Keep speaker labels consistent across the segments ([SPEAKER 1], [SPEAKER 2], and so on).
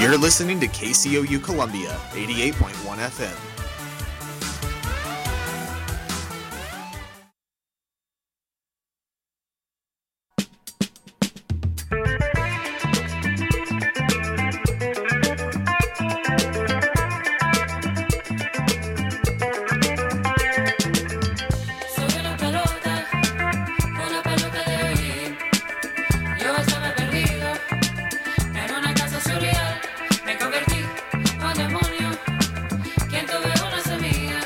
[SPEAKER 1] You're listening to KCOU Columbia, 88.1 FM.
[SPEAKER 2] Soy una pelota, una pelota de oír. Yo estaba perdido en una casa surreal. Me convertí en demonio. Quien tuve una semilla,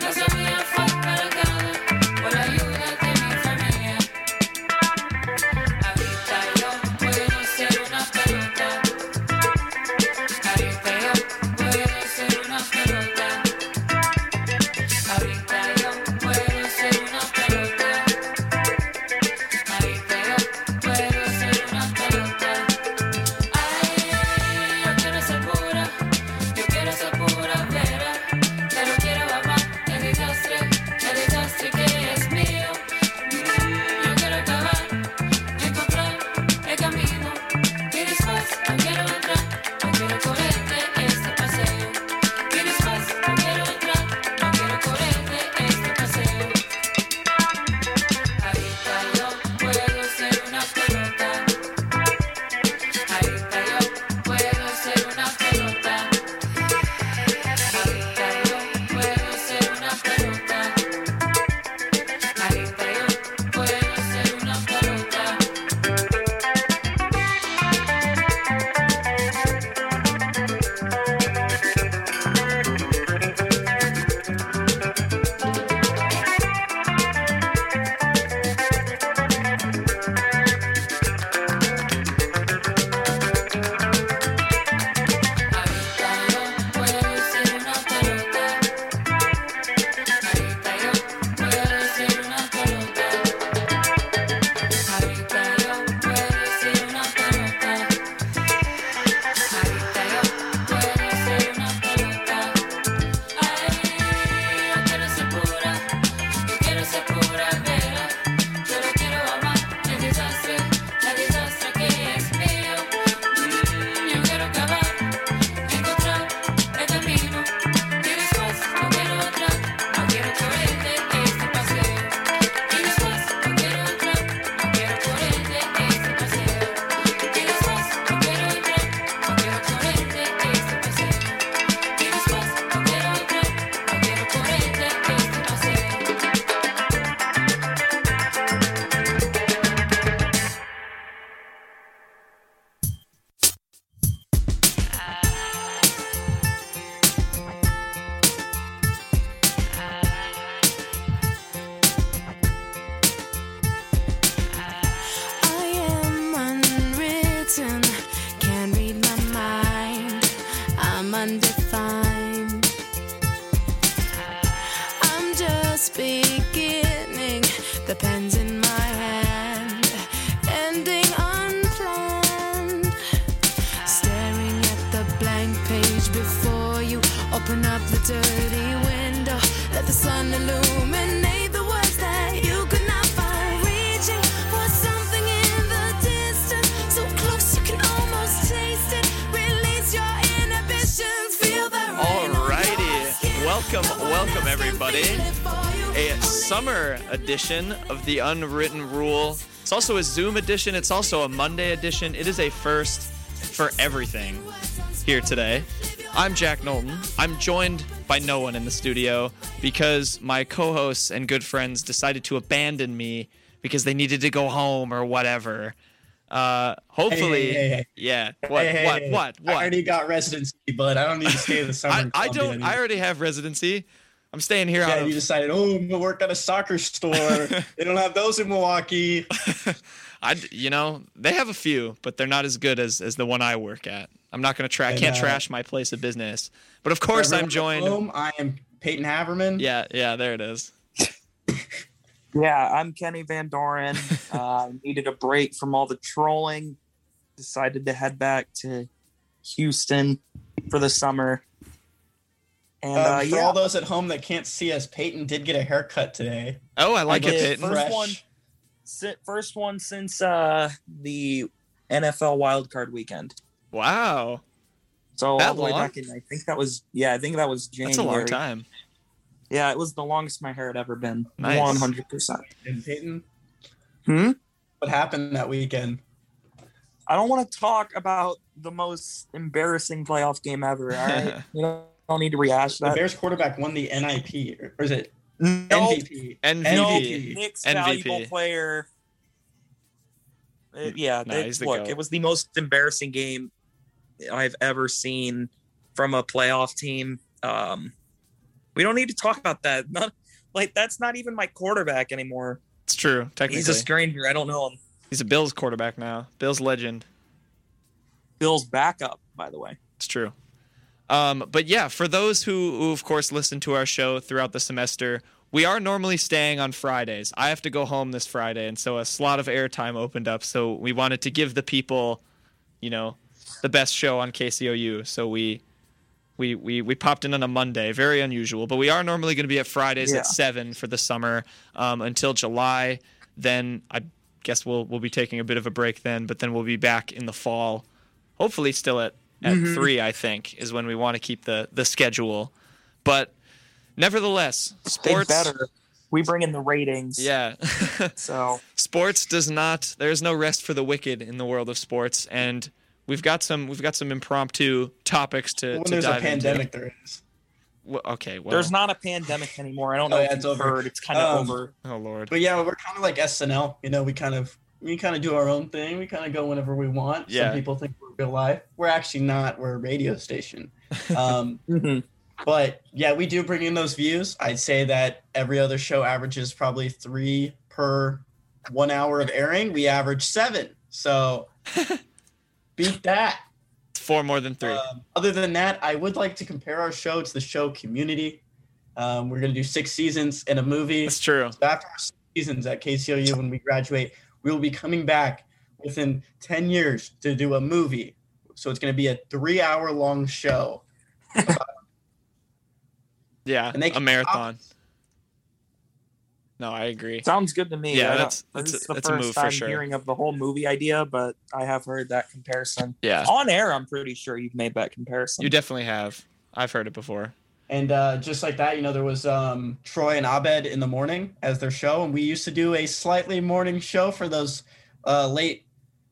[SPEAKER 2] la semilla fue arrancada por la ayuda de mi familia. Ahorita yo puedo ser una pelota. Ahorita yo puedo ser una pelota. Ahorita yo puedo ser una pelota. Ahorita yo puedo ser una pelota. Ay, yo quiero ser pura, yo quiero ser pura vera. Pero quiero amar el desastre, el desastre que es mío. Mm, Yo quiero acabar, encontrar el camino. Y después no quiero entrar, no quiero correr de este paseo. Y después no quiero entrar, no quiero correr de este paseo. Ahorita yo puedo ser una pelota. Ahorita yo puedo ser una pelota. Ahorita yo puedo ser una pelota. Ahorita yo puedo ser una pelota. Ahorita yo puedo ser una pelota. Ahorita yo puedo ser una pelota. Ahorita yo puedo ser una pelota. Ahorita yo puedo ser una pelota. Ay, yo quiero ser pura. Yo quiero ser pura vera. Yo no quiero amar el desastre, el desastre que es mío. Mm, Yo quiero acabar. Encontrar el camino y después no quiero entrar, no quiero correrte este paseo. Y después no quiero entrar, no quiero correrte este paseo. Y después no quiero entrar, no quiero correrte este paseo. Y después no quiero entrar, no quiero correrte este paseo.
[SPEAKER 3] I am unwritten, can't read my mind. I'm undefined. I'm just beginning. The pen's in my hand, ending unplanned. Staring at the blank page before you. Open up the dirty window. Let the sun illuminate the words that you could not find. Reaching for something in the distance. So close you can almost taste it. Release your inhibitions. Feel the rain on your skin.
[SPEAKER 4] Alrighty, welcome,
[SPEAKER 3] No one else
[SPEAKER 4] welcome
[SPEAKER 3] can
[SPEAKER 4] everybody.
[SPEAKER 3] feel it for you.
[SPEAKER 4] A
[SPEAKER 3] Only
[SPEAKER 4] summer edition of the Unwritten Rule. It's also a Zoom edition. It's also a Monday edition. It is a first for everything here today. I'm Jack Knowlton. I'm joined by no one in the studio because my co-hosts and good friends decided to abandon me because they needed to go home or whatever. Uh, hopefully,
[SPEAKER 5] hey, hey.
[SPEAKER 4] yeah. What?
[SPEAKER 5] Hey, hey,
[SPEAKER 4] what?
[SPEAKER 5] hey,
[SPEAKER 4] What? What?
[SPEAKER 5] I already got residency, but I don't need to stay the summer.
[SPEAKER 4] I,
[SPEAKER 5] in
[SPEAKER 4] I
[SPEAKER 5] Columbia
[SPEAKER 4] don't. I
[SPEAKER 5] anymore.
[SPEAKER 4] already have residency. I'm staying here.
[SPEAKER 5] Yeah,
[SPEAKER 4] out
[SPEAKER 5] you
[SPEAKER 4] of,
[SPEAKER 5] decided, oh, I'm gonna work at a soccer store. they don't have those in Milwaukee.
[SPEAKER 4] I, d- you know, they have a few, but they're not as good as as the one I work at. I'm not gonna try. I
[SPEAKER 5] And,
[SPEAKER 4] can't
[SPEAKER 5] uh,
[SPEAKER 4] trash my place of business. But of course,
[SPEAKER 5] Everyone
[SPEAKER 4] I'm
[SPEAKER 5] at
[SPEAKER 4] joined.
[SPEAKER 5] Home, I am Peyton Haverman.
[SPEAKER 4] Yeah, yeah. There it is.
[SPEAKER 6] Yeah, I'm Kenny Van Doren. Uh, needed a break from all the trolling. Decided to head back to Houston for the summer. And
[SPEAKER 5] Um,
[SPEAKER 6] uh,
[SPEAKER 5] for
[SPEAKER 6] yeah,
[SPEAKER 5] all those at home that can't see us, Peyton did get a haircut today.
[SPEAKER 4] Oh, I like
[SPEAKER 5] I
[SPEAKER 4] it,
[SPEAKER 5] did.
[SPEAKER 4] Peyton.
[SPEAKER 6] First
[SPEAKER 5] Fresh.
[SPEAKER 6] one. si- first one since uh, the NFL wildcard weekend.
[SPEAKER 4] Wow.
[SPEAKER 6] So
[SPEAKER 4] That
[SPEAKER 6] all the way
[SPEAKER 4] long?
[SPEAKER 6] back in, I think that was yeah, I think that was January.
[SPEAKER 4] That's a long time.
[SPEAKER 6] Yeah, it was the longest my hair had ever been.
[SPEAKER 4] Nice.
[SPEAKER 6] One hundred percent.
[SPEAKER 5] And Peyton,
[SPEAKER 6] Hmm.
[SPEAKER 5] what happened that weekend?
[SPEAKER 6] I don't want to talk about the most embarrassing playoff game ever. All right, you don't, don't need to rehash
[SPEAKER 5] The
[SPEAKER 6] that.
[SPEAKER 5] Bears quarterback won the NIP, or- or is it
[SPEAKER 6] no,
[SPEAKER 5] MVP?
[SPEAKER 4] MVP.
[SPEAKER 6] no,
[SPEAKER 5] MVP.
[SPEAKER 6] Nick's
[SPEAKER 4] MVP.
[SPEAKER 6] valuable player. Uh, yeah,
[SPEAKER 4] Nah,
[SPEAKER 6] it-
[SPEAKER 4] he's the
[SPEAKER 6] look,
[SPEAKER 4] goat.
[SPEAKER 6] it was the most embarrassing game I've ever seen from a playoff team. Um, we don't need to talk about that. Not like that's not even my quarterback anymore.
[SPEAKER 4] It's true. Technically,
[SPEAKER 6] He's a stranger. I don't know him.
[SPEAKER 4] he's a Bills quarterback now. Bills legend.
[SPEAKER 6] Bill's backup, by the way.
[SPEAKER 4] It's true. Um, but yeah, for those who, who, of course, listen to our show throughout the semester, we are normally staying on Fridays. I have to go home this Friday, and so a slot of airtime opened up. So we wanted to give the people, you know, the best show on KCOU. So we we we, we popped in on a Monday, very unusual. But we are normally going to be at Fridays
[SPEAKER 6] Yeah.
[SPEAKER 4] at seven for the summer um, until July. Then I guess we'll we'll be taking a bit of a break then, but then we'll be back in the fall hopefully still at, at
[SPEAKER 6] Mm-hmm.
[SPEAKER 4] three, I think, is when we want to keep the, the schedule. But nevertheless, sports.
[SPEAKER 6] They better. We bring in the ratings.
[SPEAKER 4] Yeah.
[SPEAKER 6] So
[SPEAKER 4] sports does not there is no rest for the wicked in the world of sports and we've got some we've got some impromptu topics to,
[SPEAKER 5] When
[SPEAKER 4] to
[SPEAKER 5] there's
[SPEAKER 4] dive
[SPEAKER 5] a pandemic, there is.
[SPEAKER 4] into. Well, okay, well
[SPEAKER 6] there's not a pandemic anymore. I don't
[SPEAKER 5] Oh,
[SPEAKER 6] know
[SPEAKER 5] yeah,
[SPEAKER 6] if
[SPEAKER 5] it's
[SPEAKER 6] you've
[SPEAKER 5] over.
[SPEAKER 6] heard. It's kind of
[SPEAKER 5] Um,
[SPEAKER 6] over.
[SPEAKER 4] Oh lord.
[SPEAKER 5] But yeah, we're kind of like SNL. You know, we kind of we kind of do our own thing. We kind of go whenever we want.
[SPEAKER 4] Yeah.
[SPEAKER 5] Some people think we're real life. We're actually not. We're a radio station. Um,
[SPEAKER 6] Mhm.
[SPEAKER 5] but yeah, we do bring in those views. I'd say that every other show averages probably three per one hour of airing. We average seven. So beat that.
[SPEAKER 4] Four more than three.
[SPEAKER 5] Um, other than that, I would like to compare our show to the show Community. Um, we're going to do six seasons and a movie.
[SPEAKER 4] That's true.
[SPEAKER 5] So after our six seasons at KCOU, when we graduate, we will be coming back within 10 years to do a movie. So it's going to be a three hour long show.
[SPEAKER 4] Yeah.
[SPEAKER 5] And they
[SPEAKER 4] A
[SPEAKER 5] can-
[SPEAKER 4] marathon. No, I agree.
[SPEAKER 6] Sounds good to me.
[SPEAKER 4] Yeah,
[SPEAKER 6] I don't-
[SPEAKER 4] that's- that's
[SPEAKER 6] this is
[SPEAKER 4] a-
[SPEAKER 6] the
[SPEAKER 4] that's a
[SPEAKER 6] first
[SPEAKER 4] move for
[SPEAKER 6] time
[SPEAKER 4] sure.
[SPEAKER 6] hearing of the whole movie idea, but I have heard that comparison
[SPEAKER 4] Yeah.
[SPEAKER 6] on air. I'm pretty sure you've made that comparison.
[SPEAKER 4] You definitely have. I've heard it before.
[SPEAKER 5] And uh, just like that, you know, there was um, Troy and Abed in the morning as their show. And we used to do a slightly morning show for those uh, late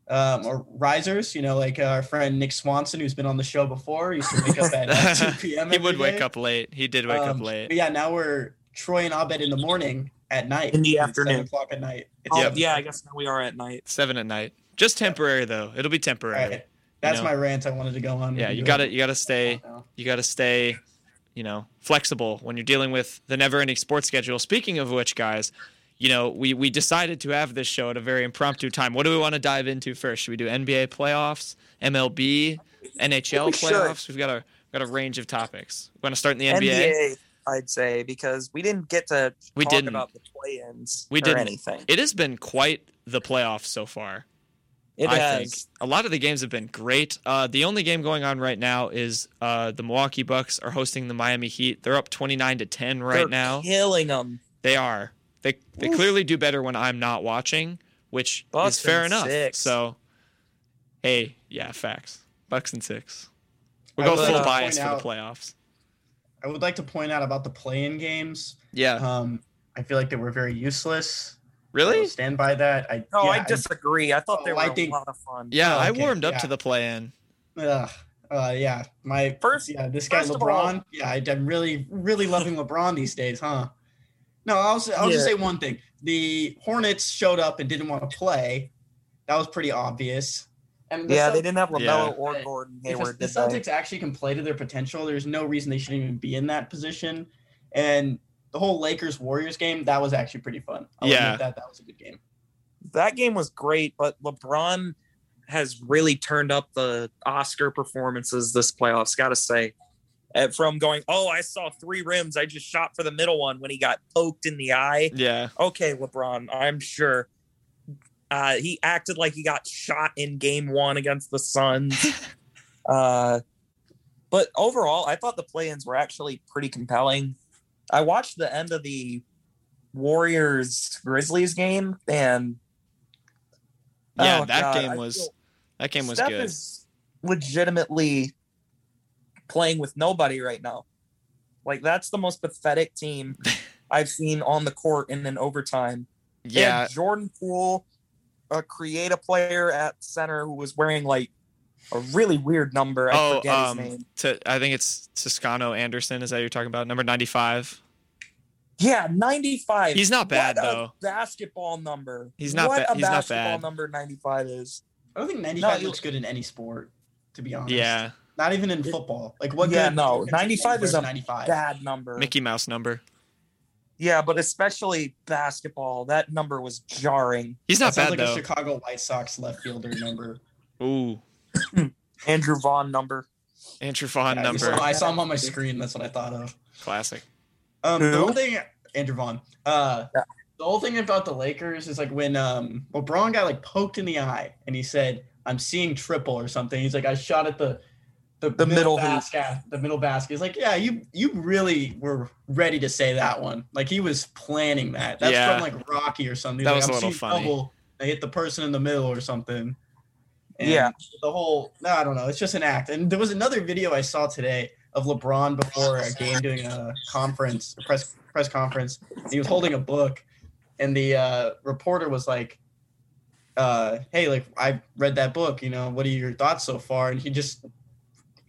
[SPEAKER 5] um, or risers, you know, like our friend Nick Swanson, who's been on the show before, used to wake up at uh, 2 p.m.
[SPEAKER 4] He would
[SPEAKER 5] every
[SPEAKER 4] wake
[SPEAKER 5] day.
[SPEAKER 4] up late. He did wake up
[SPEAKER 5] Um,
[SPEAKER 4] late.
[SPEAKER 5] But yeah, now we're Troy and Abed in the morning at night.
[SPEAKER 6] In the
[SPEAKER 5] It's
[SPEAKER 6] afternoon.
[SPEAKER 5] Seven o'clock at night. It's
[SPEAKER 6] Oh,
[SPEAKER 5] seven
[SPEAKER 6] yeah, I
[SPEAKER 5] o'clock.
[SPEAKER 6] guess now we are at night.
[SPEAKER 4] Seven at night. Just temporary though. It'll be temporary.
[SPEAKER 5] All right. That's
[SPEAKER 4] know.
[SPEAKER 5] my rant I wanted to go on.
[SPEAKER 4] Yeah, you
[SPEAKER 5] with you Uh,
[SPEAKER 4] got to you got to stay
[SPEAKER 5] Now.
[SPEAKER 4] you got to stay, you know, flexible when you're dealing with the never-ending sports schedule. Speaking of which, guys, you know, we we decided to have this show at a very impromptu time. What do we want to dive into first? Should we do NBA playoffs, MLB, NHL
[SPEAKER 6] We should.
[SPEAKER 4] playoffs? We've got a got a range of topics. We want to start in the NBA.
[SPEAKER 6] NBA, I'd say, because we didn't get to
[SPEAKER 4] We
[SPEAKER 6] talk
[SPEAKER 4] didn't.
[SPEAKER 6] about the play-ins
[SPEAKER 4] We
[SPEAKER 6] or
[SPEAKER 4] didn't.
[SPEAKER 6] anything.
[SPEAKER 4] It has been quite the playoffs so far.
[SPEAKER 6] It
[SPEAKER 4] I
[SPEAKER 6] has.
[SPEAKER 4] think a lot of the games have been great. Uh, the only game going on right now is uh, the Milwaukee Bucks are hosting the Miami Heat. They're up 29 to 10 right
[SPEAKER 6] They're
[SPEAKER 4] now.
[SPEAKER 6] killing them.
[SPEAKER 4] They are. They they
[SPEAKER 6] Oof.
[SPEAKER 4] clearly do better when I'm not watching, which
[SPEAKER 6] Bucks
[SPEAKER 4] is fair
[SPEAKER 6] and
[SPEAKER 4] enough.
[SPEAKER 6] six.
[SPEAKER 4] So, hey, yeah, facts. Bucks and six.
[SPEAKER 5] I
[SPEAKER 4] We'll go
[SPEAKER 5] would
[SPEAKER 4] full
[SPEAKER 5] like to
[SPEAKER 4] bias for
[SPEAKER 5] point
[SPEAKER 4] the
[SPEAKER 5] out-
[SPEAKER 4] playoffs.
[SPEAKER 5] I would like to point out about the play-in games.
[SPEAKER 4] Yeah.
[SPEAKER 5] Um, I feel like they were very
[SPEAKER 4] Uh.
[SPEAKER 5] useless. I
[SPEAKER 4] Really?
[SPEAKER 5] stand by that. I
[SPEAKER 6] No,
[SPEAKER 5] yeah,
[SPEAKER 6] I disagree. I thought
[SPEAKER 5] Oh,
[SPEAKER 6] they were
[SPEAKER 5] I
[SPEAKER 6] a
[SPEAKER 5] think-
[SPEAKER 6] lot of fun.
[SPEAKER 4] Yeah,
[SPEAKER 5] Oh,
[SPEAKER 4] I
[SPEAKER 5] okay,
[SPEAKER 4] warmed up
[SPEAKER 5] yeah.
[SPEAKER 4] to the play-in.
[SPEAKER 5] ugh, uh, yeah, my
[SPEAKER 6] First-
[SPEAKER 5] Yeah, this guy
[SPEAKER 6] first of
[SPEAKER 5] LeBron. yeah, I, am really, really loving LeBron these days, huh? No, I'll, s- I'll just
[SPEAKER 6] Yeah.
[SPEAKER 5] say one thing: the Hornets showed up and didn't want to play. That was pretty obvious. And the
[SPEAKER 6] Yeah,
[SPEAKER 5] Celt-
[SPEAKER 6] they didn't have LaMelo
[SPEAKER 4] Yeah.
[SPEAKER 6] or Gordon
[SPEAKER 5] if
[SPEAKER 6] Hayward.
[SPEAKER 5] the
[SPEAKER 6] did they?
[SPEAKER 5] Celtics actually can play to their potential, there's no reason they shouldn't even be in that position. And the whole Lakers Warriors game, that was actually pretty fun. I'll
[SPEAKER 4] Yeah.
[SPEAKER 5] admit that that was a good game.
[SPEAKER 6] that game was great, but LeBron has really turned up the Oscar performances this playoffs. Got to say, Uh, from going, oh, I saw three rims. I just shot for the middle one when he got poked in the eye.
[SPEAKER 4] Yeah.
[SPEAKER 6] Okay, LeBron, I'm sure. Uh, he acted like he got shot in game one against the Suns. uh, but overall, I thought the play ins were actually pretty compelling. I watched the end of the Warriors Grizzlies game, and
[SPEAKER 4] Yeah,
[SPEAKER 6] Oh,
[SPEAKER 4] that
[SPEAKER 6] God,
[SPEAKER 4] game
[SPEAKER 6] I
[SPEAKER 4] was
[SPEAKER 6] feel-
[SPEAKER 4] that game was
[SPEAKER 6] Steph
[SPEAKER 4] good.
[SPEAKER 6] is legitimately playing with nobody right now. Like that's the most pathetic team I've seen on the court in an overtime. They had
[SPEAKER 4] Yeah,
[SPEAKER 6] Jordan Poole, a create a player at center who was wearing like a really weird number. I
[SPEAKER 4] oh,
[SPEAKER 6] forget
[SPEAKER 4] um,
[SPEAKER 6] his name.
[SPEAKER 4] to, I think it's Toscano Anderson. Is that you're talking about? Number ninety-five.
[SPEAKER 6] Yeah, 95.
[SPEAKER 4] He's not bad
[SPEAKER 6] what
[SPEAKER 4] though.
[SPEAKER 6] A basketball number.
[SPEAKER 4] He's not
[SPEAKER 6] What
[SPEAKER 4] ba-
[SPEAKER 6] a
[SPEAKER 4] he's not
[SPEAKER 6] basketball
[SPEAKER 4] bad.
[SPEAKER 6] number 95 is.
[SPEAKER 5] I don't think 95
[SPEAKER 6] No,
[SPEAKER 5] looks good in any sport, to be honest.
[SPEAKER 4] Yeah,
[SPEAKER 5] Not even in football. Like what?
[SPEAKER 6] Yeah,
[SPEAKER 5] good
[SPEAKER 6] no,
[SPEAKER 5] defensive
[SPEAKER 6] 95 is
[SPEAKER 5] player
[SPEAKER 6] a
[SPEAKER 5] 95.
[SPEAKER 6] Bad number.
[SPEAKER 4] Mickey Mouse number.
[SPEAKER 6] Yeah, but especially basketball. That number was jarring.
[SPEAKER 4] He's
[SPEAKER 5] That
[SPEAKER 4] not
[SPEAKER 5] sounds
[SPEAKER 4] bad
[SPEAKER 5] like a
[SPEAKER 4] though.
[SPEAKER 5] Chicago White Sox left fielder number.
[SPEAKER 4] Ooh,
[SPEAKER 6] Andrew Vaughn number.
[SPEAKER 4] Andrew Vaughn
[SPEAKER 5] Yeah, you
[SPEAKER 4] number.
[SPEAKER 5] saw- I saw him on my screen. That's what I thought of.
[SPEAKER 4] Classic.
[SPEAKER 5] Um, the
[SPEAKER 6] Who?
[SPEAKER 5] whole thing, Andrew Vaughn. Uh,
[SPEAKER 6] Yeah.
[SPEAKER 5] The whole thing about the Lakers is like when um, LeBron got like poked in the eye, and he said, "I'm seeing triple" or something. He's like, "I shot at the the,
[SPEAKER 6] The middle hoop.
[SPEAKER 5] basket, the middle basket." He's like, "Yeah, you you really were ready to say that one. Like he was planning that. That's
[SPEAKER 4] Yeah.
[SPEAKER 5] from like Rocky or something. He's
[SPEAKER 4] That
[SPEAKER 5] like,
[SPEAKER 4] was a
[SPEAKER 5] "I'm
[SPEAKER 4] little
[SPEAKER 5] seeing
[SPEAKER 4] funny.
[SPEAKER 5] double." They hit the person in the middle or something. And
[SPEAKER 6] Yeah.
[SPEAKER 5] The whole no, I don't know. It's just an act. And there was another video I saw today of LeBron before a game doing a conference a press press conference. And he was holding a book, and the uh, reporter was like, uh, "Hey, like I read that book. You know, what are your thoughts so far?" And he just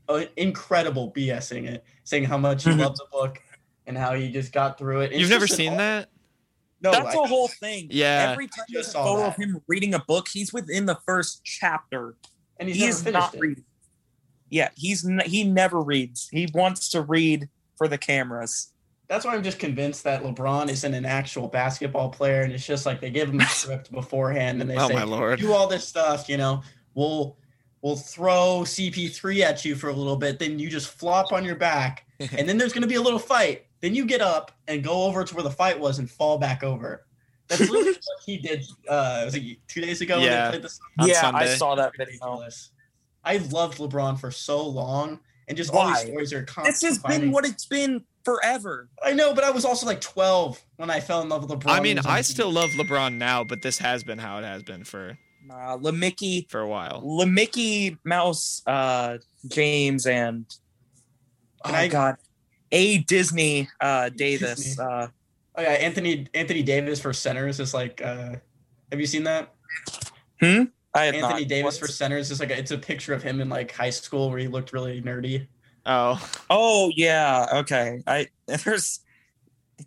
[SPEAKER 5] uh, incredible BSing it, saying how much he
[SPEAKER 6] Mhm.
[SPEAKER 5] loved the book and how he just got through it. It's
[SPEAKER 4] Mm-hmm. You've never
[SPEAKER 5] just an
[SPEAKER 4] seen
[SPEAKER 5] aw-
[SPEAKER 4] that?
[SPEAKER 5] No,
[SPEAKER 6] That's
[SPEAKER 5] I-
[SPEAKER 6] a whole thing.
[SPEAKER 4] Yeah.
[SPEAKER 6] Every time there's
[SPEAKER 5] Just
[SPEAKER 6] a
[SPEAKER 5] saw
[SPEAKER 6] photo
[SPEAKER 5] that.
[SPEAKER 6] of him reading a book, he's within the first chapter.
[SPEAKER 5] and he's
[SPEAKER 6] He
[SPEAKER 5] never
[SPEAKER 6] is
[SPEAKER 5] finished
[SPEAKER 6] not
[SPEAKER 5] it.
[SPEAKER 6] reading. Yeah, he's n- he never reads. He wants to read for the cameras.
[SPEAKER 5] That's why I'm just convinced that LeBron isn't an actual basketball player, and it's just like they give him a script beforehand, and they
[SPEAKER 4] Oh
[SPEAKER 5] say,
[SPEAKER 4] my lord.
[SPEAKER 5] "Do all this stuff, you know. We'll we'll throw CP3 at you for a little bit, then you just flop on your back, and then there's gonna be a little fight. Then you get up and go over to where the fight was and fall back over." That's literally what he did. Uh, was it two days ago when
[SPEAKER 4] Yeah.
[SPEAKER 5] they played the
[SPEAKER 4] On
[SPEAKER 6] yeah,
[SPEAKER 4] Sunday.
[SPEAKER 6] I saw that video.
[SPEAKER 5] ridiculous. I loved LeBron for so long, and just all
[SPEAKER 6] Why?
[SPEAKER 5] these stories are constantly.
[SPEAKER 6] This has been what it's been forever.
[SPEAKER 5] I know, but I was also like 12 when I fell in love with LeBron.
[SPEAKER 4] I mean,
[SPEAKER 5] He was on
[SPEAKER 4] I
[SPEAKER 5] the
[SPEAKER 4] still
[SPEAKER 5] Heat.
[SPEAKER 4] love LeBron now, but this has been how it has been for
[SPEAKER 6] Nah, Lemicky,
[SPEAKER 4] for a while.
[SPEAKER 6] Lemicky Mouse, uh, James, and oh
[SPEAKER 5] Can I-
[SPEAKER 6] god, A Disney, uh, Davis.
[SPEAKER 5] Disney.
[SPEAKER 6] Uh,
[SPEAKER 5] Oh yeah, Anthony Anthony Davis for centers is like. uh Have you seen that?
[SPEAKER 6] I have
[SPEAKER 5] Anthony
[SPEAKER 6] not.
[SPEAKER 5] Davis for
[SPEAKER 6] What?
[SPEAKER 5] centers is like a, it's a picture of him in like high school where he looked really nerdy.
[SPEAKER 4] Oh,
[SPEAKER 6] Oh yeah, okay. I there's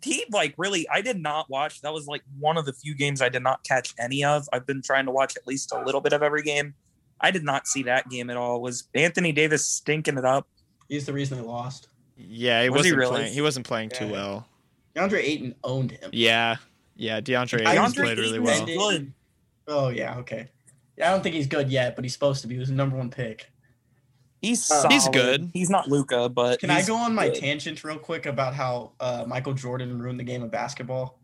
[SPEAKER 6] he like really I did not watch. That was like one of the few games I did not catch any of. I've been trying to watch at least a little bit of every game. I did not see that game at all. Was Anthony Davis stinking it up?
[SPEAKER 5] He's the reason they lost.
[SPEAKER 4] yeah, he
[SPEAKER 6] Was
[SPEAKER 4] wasn't
[SPEAKER 6] he really?
[SPEAKER 4] playing. He wasn't playing too
[SPEAKER 5] Yeah.
[SPEAKER 4] well.
[SPEAKER 5] DeAndre Ayton owned him.
[SPEAKER 4] Yeah, yeah. DeAndre
[SPEAKER 5] I
[SPEAKER 4] Ayton
[SPEAKER 5] was
[SPEAKER 4] played
[SPEAKER 6] DeAndre
[SPEAKER 4] really
[SPEAKER 6] Ayton
[SPEAKER 4] well.
[SPEAKER 6] is good.
[SPEAKER 5] Oh yeah, okay. Yeah, I don't think he's good yet, but he's supposed to be. He was the number one pick.
[SPEAKER 6] He's
[SPEAKER 5] Uh,
[SPEAKER 6] solid.
[SPEAKER 4] He's good.
[SPEAKER 6] He's not Luca, but
[SPEAKER 5] Can I
[SPEAKER 6] he's
[SPEAKER 5] go on my
[SPEAKER 6] good.
[SPEAKER 5] tangent real quick about how uh, Michael Jordan ruined the game of basketball?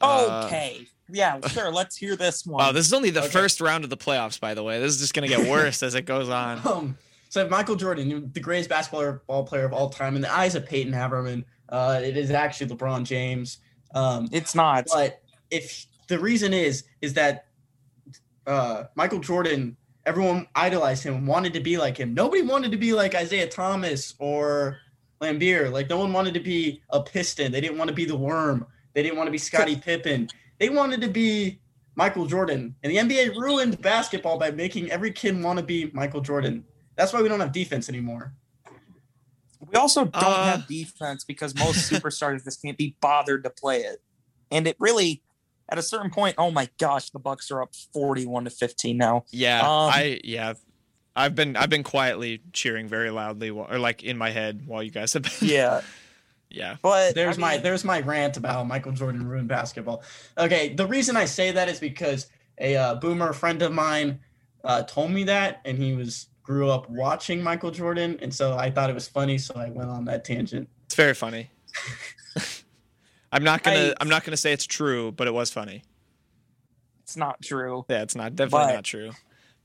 [SPEAKER 4] Uh,
[SPEAKER 6] Okay. yeah, sure. Let's hear this one.
[SPEAKER 4] Wow, this is only the
[SPEAKER 5] Oh, Okay.
[SPEAKER 4] first round of the playoffs, by the way. This is just gonna get worse as it goes on.
[SPEAKER 5] Um, so Michael Jordan, the greatest basketball ball player of all time, in the eyes of Peyton Haberman, uh, it is actually LeBron James. Um,
[SPEAKER 6] it's not.
[SPEAKER 5] but if the reason is is that uh, Michael Jordan, everyone idolized him, wanted to be like him. Nobody wanted to be like Isaiah Thomas or Lambeer. Like no one wanted to be a Piston. They didn't want to be the Worm. They didn't want to be Scottie Pippen. They wanted to be Michael Jordan. And the NBA ruined basketball by making every kid want to be Michael Jordan. That's why we don't have defense anymore.
[SPEAKER 6] We also don't
[SPEAKER 4] Uh,
[SPEAKER 6] have defense because most superstars just can't be bothered to play it. And it really, at a certain point, oh my gosh, the Bucks are up forty-one to fifteen now.
[SPEAKER 4] Yeah,
[SPEAKER 6] Um,
[SPEAKER 4] I yeah, I've been I've been quietly cheering very loudly, wh- or like in my head while you guys have been.
[SPEAKER 6] Yeah,
[SPEAKER 4] yeah.
[SPEAKER 6] but
[SPEAKER 5] there's
[SPEAKER 6] I
[SPEAKER 5] my
[SPEAKER 6] mean,
[SPEAKER 5] there's my rant about how Michael Jordan ruined basketball. Okay, the reason I say that is because a uh, boomer friend of mine uh, told me that, and he was grew up watching Michael Jordan, and so I thought it was funny, so I went on that tangent.
[SPEAKER 4] It's very funny. I'm not gonna
[SPEAKER 6] I-
[SPEAKER 4] I, am not gonna say it's true, but it was funny.
[SPEAKER 6] it's not true.
[SPEAKER 4] Yeah, it's not definitely
[SPEAKER 6] But-
[SPEAKER 4] not true.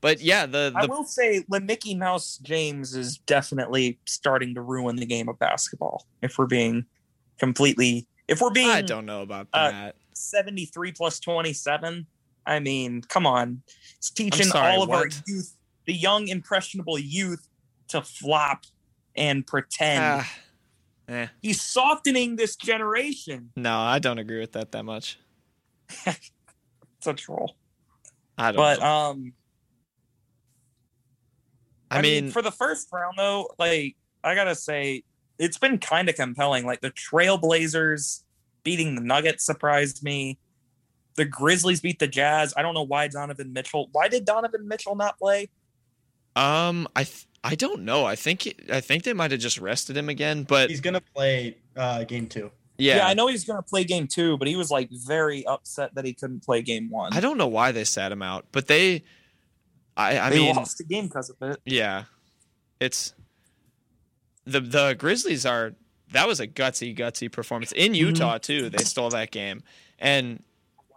[SPEAKER 4] But yeah, the
[SPEAKER 6] I
[SPEAKER 4] the
[SPEAKER 6] will say, Le Mickey Mouse James is definitely starting to ruin the game of basketball. If we're being completely, if we're being
[SPEAKER 4] I don't know about
[SPEAKER 6] uh,
[SPEAKER 4] that.
[SPEAKER 6] seventy-three plus twenty-seven, I mean, come on, it's teaching
[SPEAKER 4] sorry,
[SPEAKER 6] all of our
[SPEAKER 4] what?
[SPEAKER 6] youth, the young impressionable youth, to flop and pretend.
[SPEAKER 4] Ah, eh.
[SPEAKER 6] He's softening this generation.
[SPEAKER 4] No, I don't agree with that that much.
[SPEAKER 6] It's a troll.
[SPEAKER 4] I don't.
[SPEAKER 6] But
[SPEAKER 4] know.
[SPEAKER 6] um,
[SPEAKER 4] I, mean,
[SPEAKER 6] for the first round though, like I gotta say, it's been kind of compelling. Like the Trailblazers beating the Nuggets surprised me. The Grizzlies beat the Jazz. I don't know why Donovan Mitchell. Why did Donovan Mitchell not play?
[SPEAKER 4] um, I th- I don't know. I think it- I think they might have just rested him again, but
[SPEAKER 5] He's gonna play uh, game two.
[SPEAKER 4] yeah,
[SPEAKER 6] I know he's gonna play game two, but he was like very upset that he couldn't play game one.
[SPEAKER 4] I don't know why they sat him out, but they. I I
[SPEAKER 6] they
[SPEAKER 4] mean,
[SPEAKER 6] lost the game because of it.
[SPEAKER 4] yeah, it's the the Grizzlies are. That was a gutsy gutsy performance in
[SPEAKER 6] Mm-hmm.
[SPEAKER 4] Utah too. They stole that game, and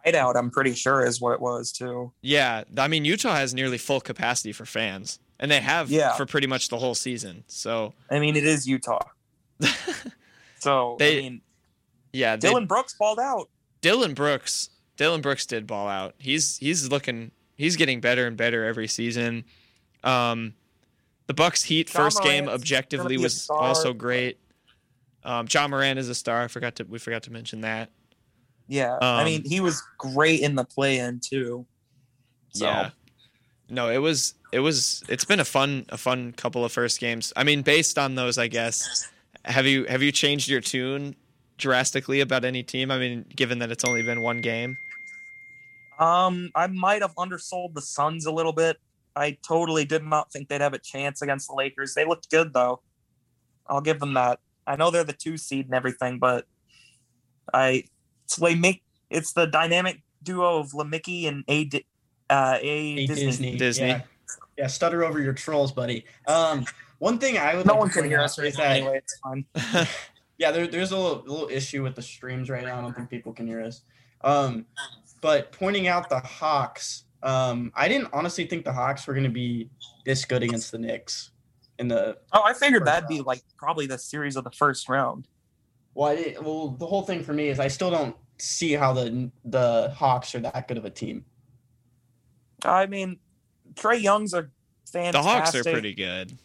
[SPEAKER 6] Whiteout, I'm pretty sure, is what it was too.
[SPEAKER 4] Yeah, I mean Utah has nearly full capacity for fans, and they have
[SPEAKER 6] Yeah.
[SPEAKER 4] for pretty much the whole season. So
[SPEAKER 6] I mean, it is Utah. So
[SPEAKER 4] They-
[SPEAKER 6] I mean,
[SPEAKER 4] yeah, they,
[SPEAKER 6] Dylan
[SPEAKER 4] Dylan
[SPEAKER 6] Brooks balled out.
[SPEAKER 4] Brooks, Dylan Brooks did ball out. He's he's looking he's getting better and better every season. Um, the Bucks Heat
[SPEAKER 6] John
[SPEAKER 4] first game
[SPEAKER 6] Morant's
[SPEAKER 4] objectively
[SPEAKER 6] gonna be a
[SPEAKER 4] was
[SPEAKER 6] star.
[SPEAKER 4] also great. Um, John Moran is a star. I forgot to we forgot to mention that.
[SPEAKER 6] Yeah, I
[SPEAKER 4] Um,
[SPEAKER 6] mean, he was great in the play-in too. So,
[SPEAKER 4] Yeah. No, it was it was it's been a fun a fun couple of first games. I mean, based on those, I guess. Have you have you changed your tune drastically about any team? I mean, given that it's only been one game.
[SPEAKER 6] Um, I might have undersold the Suns a little bit. I totally did not think they'd have a chance against the Lakers. They looked good though. I'll give them that. I know they're the two seed and everything, but I so they make it's the dynamic duo of Lemicky and A Di- uh, a
[SPEAKER 5] Hey,
[SPEAKER 6] Disney.
[SPEAKER 4] Disney.
[SPEAKER 5] Yeah. Yeah, stutter over your trolls, buddy. Um, one thing I would
[SPEAKER 6] No
[SPEAKER 5] like
[SPEAKER 6] one
[SPEAKER 5] to
[SPEAKER 6] can
[SPEAKER 5] point
[SPEAKER 6] hear
[SPEAKER 5] out
[SPEAKER 6] us right
[SPEAKER 5] is
[SPEAKER 6] now
[SPEAKER 5] that-
[SPEAKER 6] anyway. It's fine.
[SPEAKER 5] Yeah, there, there's a little, little issue with the streams right now. I don't think people can hear us. Um, but pointing out the Hawks, um, I didn't honestly think the Hawks were going to be this good against the Knicks. In the
[SPEAKER 6] Oh, I figured that'd be like probably the series of the first round.
[SPEAKER 5] well, I didn't, well, the whole thing for me is I still don't see how the the Hawks are that good of a team.
[SPEAKER 6] I mean, Trey Young's a
[SPEAKER 4] The
[SPEAKER 6] fantastic.
[SPEAKER 4] Hawks are pretty good.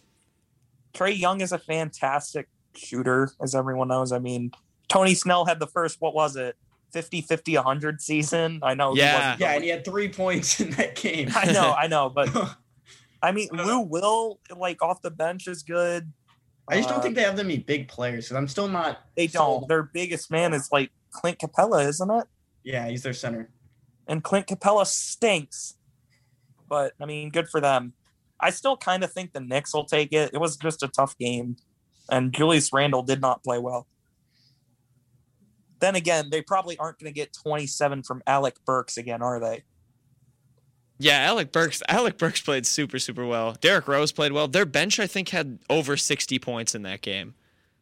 [SPEAKER 6] Trey Young is a fantastic shooter, as everyone knows. I mean, Tony Snell had the first, what was it, 50 50 100 season? I know. he
[SPEAKER 4] Yeah.
[SPEAKER 5] Yeah, and
[SPEAKER 6] wasn't
[SPEAKER 5] he had three points in that game.
[SPEAKER 6] the- I know, I know. But I mean, Lou Will, like off the bench, is good.
[SPEAKER 5] I just
[SPEAKER 6] Uh,
[SPEAKER 5] don't think they have that many big players because I'm still not.
[SPEAKER 6] they don't. Their biggest man is like Clint Capella, isn't it?
[SPEAKER 5] Yeah, he's their center.
[SPEAKER 6] And Clint Capella stinks. But I mean, good for them. I still kind of think the Knicks will take it. It was just a tough game. And Julius Randle did not play well. Then again, they probably aren't going to get 27 from Alec Burks again, are they?
[SPEAKER 4] Yeah, Alec Burks. Alec Burks played super super well. Derrick Rose played well. Their bench, I think, had over sixty points in that game.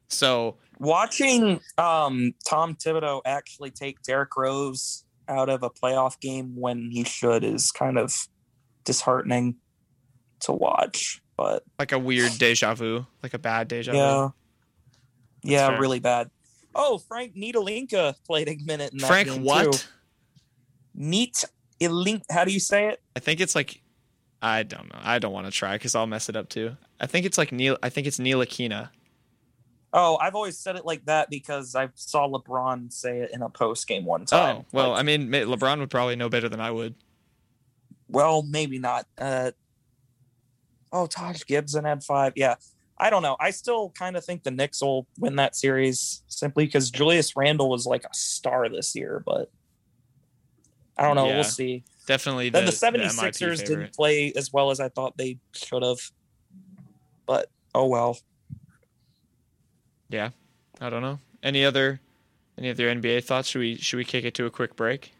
[SPEAKER 4] So
[SPEAKER 6] Watching um, Tom Thibodeau actually take Derrick Rose out of a playoff game when he should is kind of disheartening to watch. But
[SPEAKER 4] like a weird deja vu, like a bad deja vu.
[SPEAKER 6] Yeah. Yeah,
[SPEAKER 4] fair.
[SPEAKER 6] really bad. Oh, Frank Nitalinka played a minute in that
[SPEAKER 4] Frank,
[SPEAKER 6] game
[SPEAKER 4] what?
[SPEAKER 6] Too. Neat Ilink. How do you say it?
[SPEAKER 4] I think it's like I don't know. I don't want to try because I'll mess it up too. I think it's like Neil. I think it's Neil Aquina.
[SPEAKER 6] Oh, I've always said it like that because I saw LeBron say it in a post game one time.
[SPEAKER 4] Oh well,
[SPEAKER 6] Like,
[SPEAKER 4] I mean ma- LeBron would probably know better than I would.
[SPEAKER 6] well, maybe not. Uh, oh, Taj Gibson had five. Yeah, I don't know. I still kind of think the Knicks will win that series simply because Julius Randle was like a star this year, but I don't know.
[SPEAKER 4] Yeah.
[SPEAKER 6] We'll see.
[SPEAKER 4] Definitely.
[SPEAKER 6] Then the,
[SPEAKER 4] MIT
[SPEAKER 6] 76ers
[SPEAKER 4] favorite.
[SPEAKER 6] didn't play as well as I thought they should have. But oh well.
[SPEAKER 4] I don't know. Any other, any other NBA thoughts? Should we should we kick it to a quick break?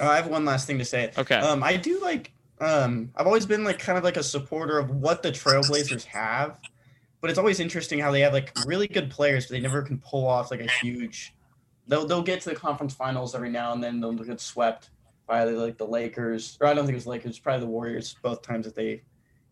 [SPEAKER 5] Uh, I have one last thing to say.
[SPEAKER 4] Okay.
[SPEAKER 6] Uh,
[SPEAKER 5] Um, I do like. Um, I've always been like kind of like a supporter of what the Trailblazers have, but it's always interesting how they have like really good players, but they never can pull off like a huge. They'll they'll get to the conference finals every now and then. They'll get swept by like the Lakers, or I don't think it was Lakers, probably the Warriors, both times that they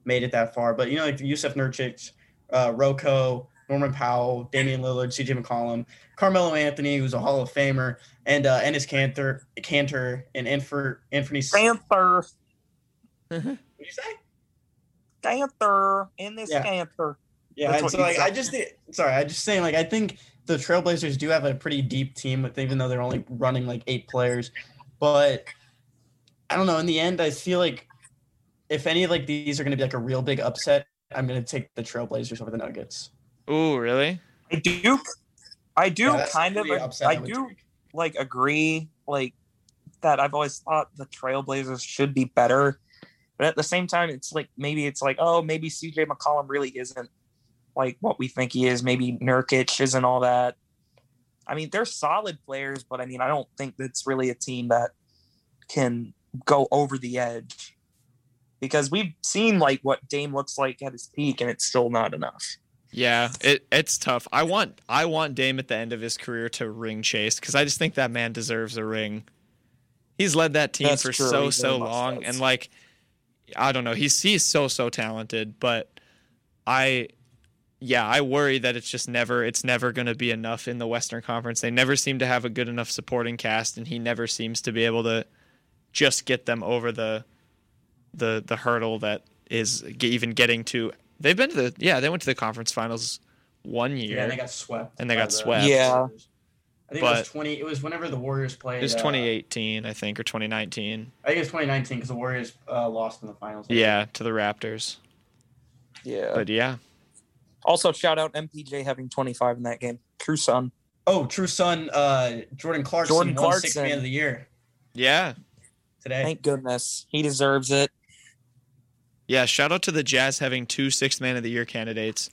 [SPEAKER 5] made it that far. But you know, like Yusef Nurkic, uh, Rocco, Norman Powell, Damian Lillard, C.J. McCollum, Carmelo Anthony, who's a Hall of Famer, and uh, Ennis Cantor, Cantor, and Infer, Anthony.
[SPEAKER 6] Panther,
[SPEAKER 5] What did you say?
[SPEAKER 6] Panther, in this
[SPEAKER 5] Yeah.
[SPEAKER 6] Panther.
[SPEAKER 5] Yeah,
[SPEAKER 7] That's
[SPEAKER 5] and
[SPEAKER 7] what
[SPEAKER 5] so
[SPEAKER 7] you
[SPEAKER 5] like
[SPEAKER 7] said.
[SPEAKER 5] I just think- sorry, I just saying like I think the Trailblazers do have a pretty deep team with even though they're only running like eight players, but I don't know. In the end, I feel like if any of like these are going to be like a real big upset, I'm going to take the Trailblazers over the Nuggets.
[SPEAKER 4] Ooh, really?
[SPEAKER 6] I do, I do
[SPEAKER 5] Yeah, that's
[SPEAKER 6] kind of,
[SPEAKER 5] pretty
[SPEAKER 6] ag-
[SPEAKER 5] upset
[SPEAKER 6] I
[SPEAKER 5] would
[SPEAKER 6] do
[SPEAKER 5] take.
[SPEAKER 6] like agree like that. I've always thought the Trailblazers should be better, but at the same time, it's like maybe it's like oh maybe CJ McCollum really isn't like what we think he is. Maybe Nurkic isn't all that. I mean, they're solid players, but I mean, I don't think that's really a team that can go over the edge because we've seen like what Dame looks like at his peak, and it's still not enough.
[SPEAKER 4] Yeah, it it's tough. I want I want Dame at the end of his career to ring chase because I just think that man deserves a ring. He's led that team
[SPEAKER 6] That's
[SPEAKER 4] for
[SPEAKER 6] true,
[SPEAKER 4] so
[SPEAKER 6] he
[SPEAKER 4] so
[SPEAKER 6] very much
[SPEAKER 4] long,
[SPEAKER 6] does.
[SPEAKER 4] and like, I don't know, he's he's so so talented, but I, yeah, I worry that it's just never it's never going to be enough in the Western Conference. They never seem to have a good enough supporting cast, and he never seems to be able to just get them over the the the hurdle that is g- even getting to. They've been to the yeah they went to the conference finals one year.
[SPEAKER 5] Yeah, and they got swept.
[SPEAKER 4] And they
[SPEAKER 5] by
[SPEAKER 4] got
[SPEAKER 5] the-
[SPEAKER 4] swept.
[SPEAKER 6] Yeah.
[SPEAKER 5] I think it
[SPEAKER 4] But-
[SPEAKER 5] was 20. It was whenever the Warriors played.
[SPEAKER 4] it was
[SPEAKER 5] uh,
[SPEAKER 4] 2018 I think or 2019.
[SPEAKER 5] I think it was 2019 because the Warriors uh, lost in the finals.
[SPEAKER 4] Yeah, to the Raptors.
[SPEAKER 6] Yeah.
[SPEAKER 4] But yeah,
[SPEAKER 6] Also, shout out MPJ having 25 in that game. True son.
[SPEAKER 5] Oh, true son, uh, Jordan Clarkson
[SPEAKER 6] Jordan
[SPEAKER 5] won sixth
[SPEAKER 6] Clarkson.
[SPEAKER 5] man of the year
[SPEAKER 4] yeah,
[SPEAKER 5] today.
[SPEAKER 6] Thank goodness. He deserves it.
[SPEAKER 4] yeah. Shout out to the Jazz having two Sixth Man of the Year candidates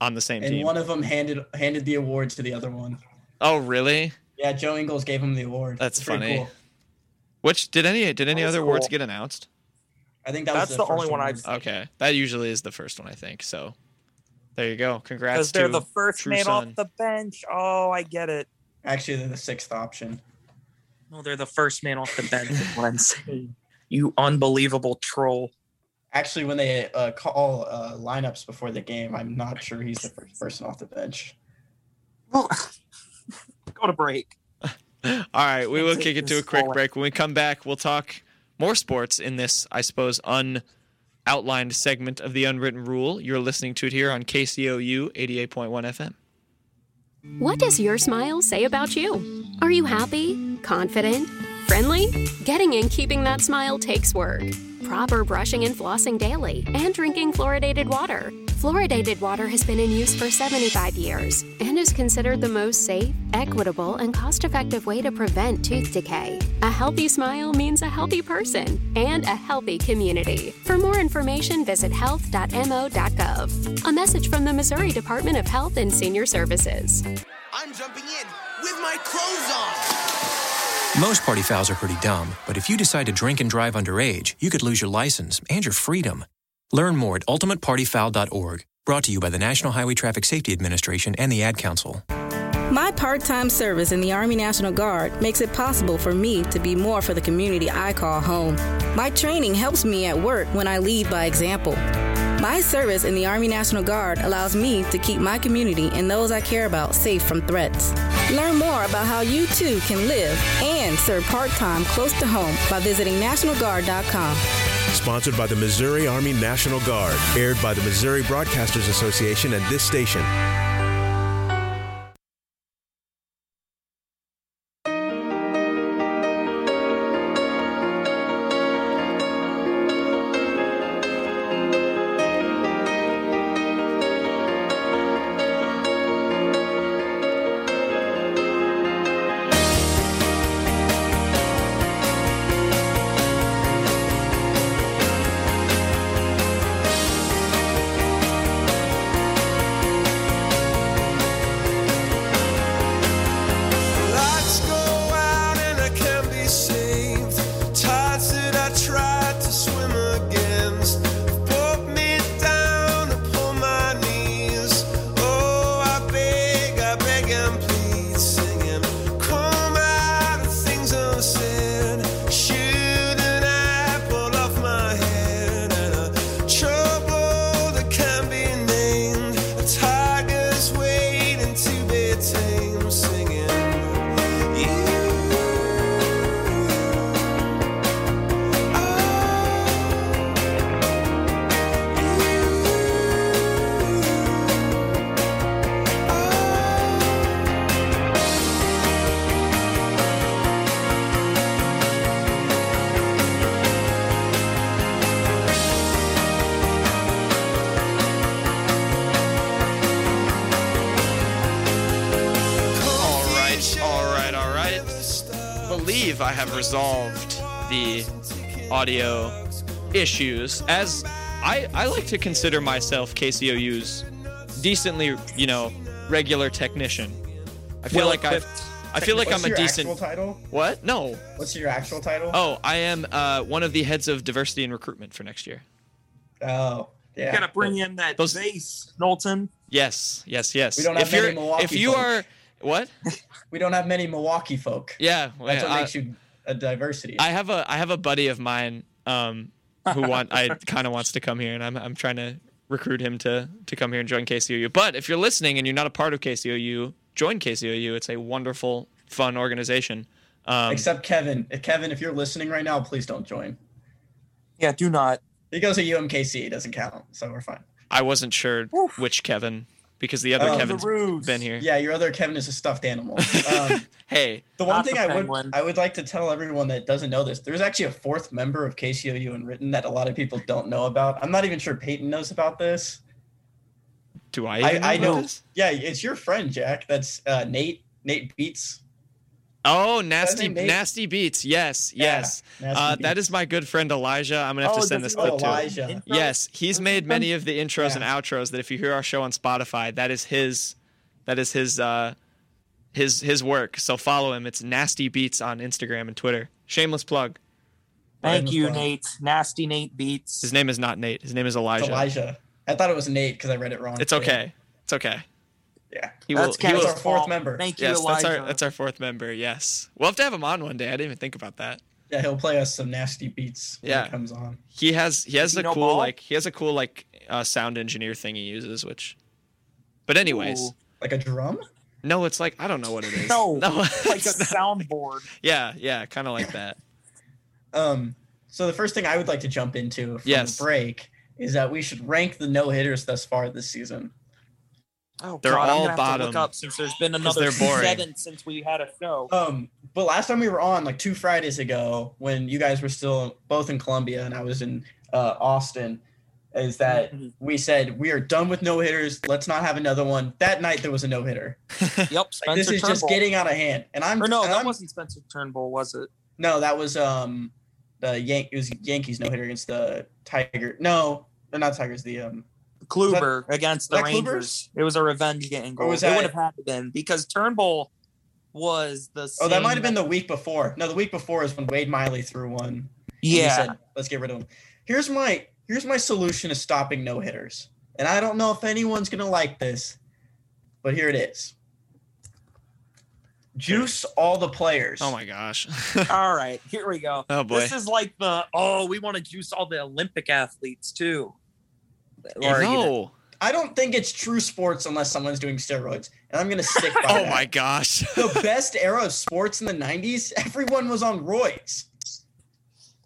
[SPEAKER 4] on the same
[SPEAKER 5] and
[SPEAKER 4] team.
[SPEAKER 5] one of them handed handed the award to the other one.
[SPEAKER 4] Oh, really?
[SPEAKER 5] Yeah, Joe Ingles gave him the award.
[SPEAKER 4] That's
[SPEAKER 5] It's pretty
[SPEAKER 4] funny. Which did any did any
[SPEAKER 6] That was
[SPEAKER 4] other awards
[SPEAKER 6] cool.
[SPEAKER 4] get announced?
[SPEAKER 5] I think that
[SPEAKER 6] That's
[SPEAKER 5] was
[SPEAKER 6] the
[SPEAKER 5] the, first
[SPEAKER 6] only one I've seen.
[SPEAKER 4] Okay, that usually is the first one I think. So there you go. Congrats
[SPEAKER 6] Because
[SPEAKER 4] to
[SPEAKER 6] they're the first
[SPEAKER 4] true
[SPEAKER 6] man
[SPEAKER 4] son.
[SPEAKER 6] off the bench. Oh, I get it.
[SPEAKER 5] Actually, they're the sixth option.
[SPEAKER 6] No, they're the first man off the bench. is what I'm saying. You unbelievable troll.
[SPEAKER 5] Actually, when they uh, call uh, lineups before the game, I'm not sure he's the first person off the bench.
[SPEAKER 6] Well, go to break.
[SPEAKER 4] All right, we will kick it to a
[SPEAKER 6] Just
[SPEAKER 4] quick
[SPEAKER 6] scroll.
[SPEAKER 4] break. When we come back, we'll talk more sports in this, I suppose, un outlined segment of the unwritten rule. You're listening to it here on KCOU 88.1 FM.
[SPEAKER 8] What does your smile say about you? Are you happy? Confident? Friendly? Getting and keeping that smile takes work. Proper brushing and flossing daily, and drinking fluoridated water. Fluoridated water has been in use for 75 years and is considered the most safe, equitable, and cost effective way to prevent tooth decay. A healthy smile means a healthy person and a healthy community. For more information, visit health.mo.gov. A message from the Missouri Department of Health and Senior Services.
[SPEAKER 1] I'm jumping in with my clothes off.
[SPEAKER 9] Most party fouls are pretty dumb, but if you decide to drink and drive underage, you could lose your license and your freedom. Learn more at ultimatepartyfoul.org. Brought to you by the National Highway Traffic Safety Administration and the Ad Council.
[SPEAKER 10] My part time service in the Army National Guard makes it possible for me to be more for the community I call home. My training helps me at work when I lead by example. My service in the Army National Guard allows me to keep my community and those I care about safe from threats. Learn more about how you too can live and serve part time close to home by visiting NationalGuard.com.
[SPEAKER 7] Sponsored by the Missouri Army National Guard. Aired by the Missouri Broadcasters Association and this station.
[SPEAKER 5] Oh,
[SPEAKER 4] believe I have resolved the audio issues. As I, I like to consider myself KCOU's decently, you know, regular technician. I feel like I've, I feel like
[SPEAKER 5] What's
[SPEAKER 4] I'm a
[SPEAKER 5] your
[SPEAKER 4] decent.
[SPEAKER 5] Actual title?
[SPEAKER 4] What? No.
[SPEAKER 5] What's your actual title?
[SPEAKER 4] Oh, I am uh, one of the heads of diversity and recruitment for next year.
[SPEAKER 5] Oh, yeah.
[SPEAKER 6] Gotta bring in that
[SPEAKER 4] Those-
[SPEAKER 6] bass, Knowlton.
[SPEAKER 4] Yes, yes, yes.
[SPEAKER 5] We don't have
[SPEAKER 4] if
[SPEAKER 5] many
[SPEAKER 4] you're,
[SPEAKER 5] Milwaukee
[SPEAKER 4] if you
[SPEAKER 5] folks.
[SPEAKER 4] are, what?
[SPEAKER 5] We don't have many Milwaukee folk.
[SPEAKER 4] Yeah, yeah,
[SPEAKER 5] That's what
[SPEAKER 4] I-
[SPEAKER 5] makes you a diversity.
[SPEAKER 4] I have a I have a buddy of mine um, who want I kind of wants to come here, and I'm I'm trying to recruit him to to come here and join KCOU. But if you're listening and you're not a part of KCOU, join KCOU. It's a wonderful, fun organization. Um,
[SPEAKER 5] Except Kevin. Uh, Kevin, if you're listening right now, please don't join.
[SPEAKER 6] Yeah, do not.
[SPEAKER 5] He goes to UMKC. It doesn't count, so we're fine.
[SPEAKER 4] I wasn't sure which Kevin because the other
[SPEAKER 5] Oh, the
[SPEAKER 4] Kevin's
[SPEAKER 6] ruse.
[SPEAKER 4] been here.
[SPEAKER 5] Yeah, your other Kevin is a stuffed animal. Um,
[SPEAKER 4] Hey,
[SPEAKER 5] the one
[SPEAKER 6] Not
[SPEAKER 5] thing
[SPEAKER 6] the
[SPEAKER 5] I would
[SPEAKER 6] penguin.
[SPEAKER 5] I would like to tell everyone that doesn't know this, there's actually a fourth member of KCOU in written that a lot of people don't know about. I'm not even sure Peyton knows about this.
[SPEAKER 4] do I?
[SPEAKER 5] I,
[SPEAKER 4] even
[SPEAKER 5] I know.
[SPEAKER 4] about this?
[SPEAKER 5] Yeah, it's your friend Jack. That's uh, Nate. Nate Beats.
[SPEAKER 4] Oh, nasty,
[SPEAKER 5] name Nate?
[SPEAKER 4] nasty beats. Yes,
[SPEAKER 5] Yeah,
[SPEAKER 4] yes.
[SPEAKER 5] Nasty
[SPEAKER 4] uh, That
[SPEAKER 5] Beats. Oh,
[SPEAKER 4] is my good friend Elijah. I'm gonna have to
[SPEAKER 6] does
[SPEAKER 4] send
[SPEAKER 6] he
[SPEAKER 4] this
[SPEAKER 6] like
[SPEAKER 4] clip to. him.
[SPEAKER 5] Elijah.
[SPEAKER 6] intros?
[SPEAKER 4] Yes, he's made many of the intros and
[SPEAKER 5] Yeah.
[SPEAKER 4] outros that if you hear our show on Spotify, that is his that is his uh his his work. So follow him. It's Nasty Beats on Instagram and Twitter. Shameless plug.
[SPEAKER 6] Thank you,
[SPEAKER 5] Elijah.
[SPEAKER 6] Nate. Nasty Nate beats.
[SPEAKER 4] His name is not Nate. His name is Elijah.
[SPEAKER 5] It's Elijah. I thought it was Nate because I read it wrong.
[SPEAKER 4] It's
[SPEAKER 5] too.
[SPEAKER 4] okay. It's okay.
[SPEAKER 5] Yeah.
[SPEAKER 4] He
[SPEAKER 6] That's
[SPEAKER 4] will he
[SPEAKER 6] Kevin's
[SPEAKER 5] was
[SPEAKER 4] will
[SPEAKER 5] our fourth
[SPEAKER 6] fault.
[SPEAKER 5] member.
[SPEAKER 6] Thank you,
[SPEAKER 4] Yes,
[SPEAKER 6] Elijah.
[SPEAKER 4] that's our that's our fourth member. Yes. We'll have to have him on one day. I didn't even think about that.
[SPEAKER 5] Yeah, he'll play us some nasty beats when
[SPEAKER 4] Yeah.
[SPEAKER 5] he comes on.
[SPEAKER 4] He has he has
[SPEAKER 6] he
[SPEAKER 4] a
[SPEAKER 6] no
[SPEAKER 4] cool
[SPEAKER 6] ball?
[SPEAKER 4] like he has a cool like uh, sound engineer thing he uses, which but anyways.
[SPEAKER 6] Ooh.
[SPEAKER 5] Like a drum?
[SPEAKER 4] No, it's like I don't know what it is.
[SPEAKER 6] No, like a
[SPEAKER 4] it's not-
[SPEAKER 6] soundboard.
[SPEAKER 4] yeah, yeah, kind of like that.
[SPEAKER 5] Um, so the first thing I would like to jump into from
[SPEAKER 4] Yes.
[SPEAKER 5] the break is that we should rank the no hitters thus far this season.
[SPEAKER 6] Oh,
[SPEAKER 4] They're
[SPEAKER 6] God, I'm
[SPEAKER 4] all
[SPEAKER 6] gonna have To look
[SPEAKER 4] bottom.
[SPEAKER 6] up since there's been
[SPEAKER 4] 'Cause
[SPEAKER 6] another
[SPEAKER 4] they're boring.
[SPEAKER 6] seven since we had a show.
[SPEAKER 5] Um, but last time we were on, like two Fridays ago, when you guys were still both in Columbia and I was in uh, Austin, is that
[SPEAKER 6] Mhm.
[SPEAKER 5] we said we are done with no hitters. Let's not have another one. That night there was a no hitter.
[SPEAKER 6] Yep,
[SPEAKER 5] Like,
[SPEAKER 6] Spencer
[SPEAKER 5] this is
[SPEAKER 6] Turnbull.
[SPEAKER 5] just getting out of hand. And I'm
[SPEAKER 6] Or no,
[SPEAKER 5] and
[SPEAKER 6] that
[SPEAKER 5] I'm-
[SPEAKER 6] wasn't Spencer Turnbull, was it?
[SPEAKER 5] No, that was um the Yan- it was Yankees no hitter against the Tiger. No, they're not Tigers. The um
[SPEAKER 6] Kluber against the
[SPEAKER 5] that Kluber's?
[SPEAKER 6] Rangers. It was a revenge game goal.
[SPEAKER 5] Or was
[SPEAKER 6] it
[SPEAKER 5] that-
[SPEAKER 6] would have had to been because Turnbull was the. Same
[SPEAKER 5] oh that might have been the week before. No, the week before is when Wade Miley threw one. and we
[SPEAKER 6] Yeah,
[SPEAKER 5] said, Let's get rid of him. Here's my here's my solution to stopping no hitters, and I don't know if anyone's gonna like this, but here it is. Juice all the players.
[SPEAKER 4] Oh my gosh.
[SPEAKER 6] All right, here we go.
[SPEAKER 4] Oh, boy.
[SPEAKER 6] This is like the oh, we want to juice all the Olympic athletes too. Or, you know,
[SPEAKER 4] no.
[SPEAKER 5] I don't think it's true sports unless someone's doing steroids, and I'm gonna stick by
[SPEAKER 4] Oh
[SPEAKER 5] that.
[SPEAKER 4] my gosh.
[SPEAKER 5] The best era of sports in the '90s, everyone was on roids.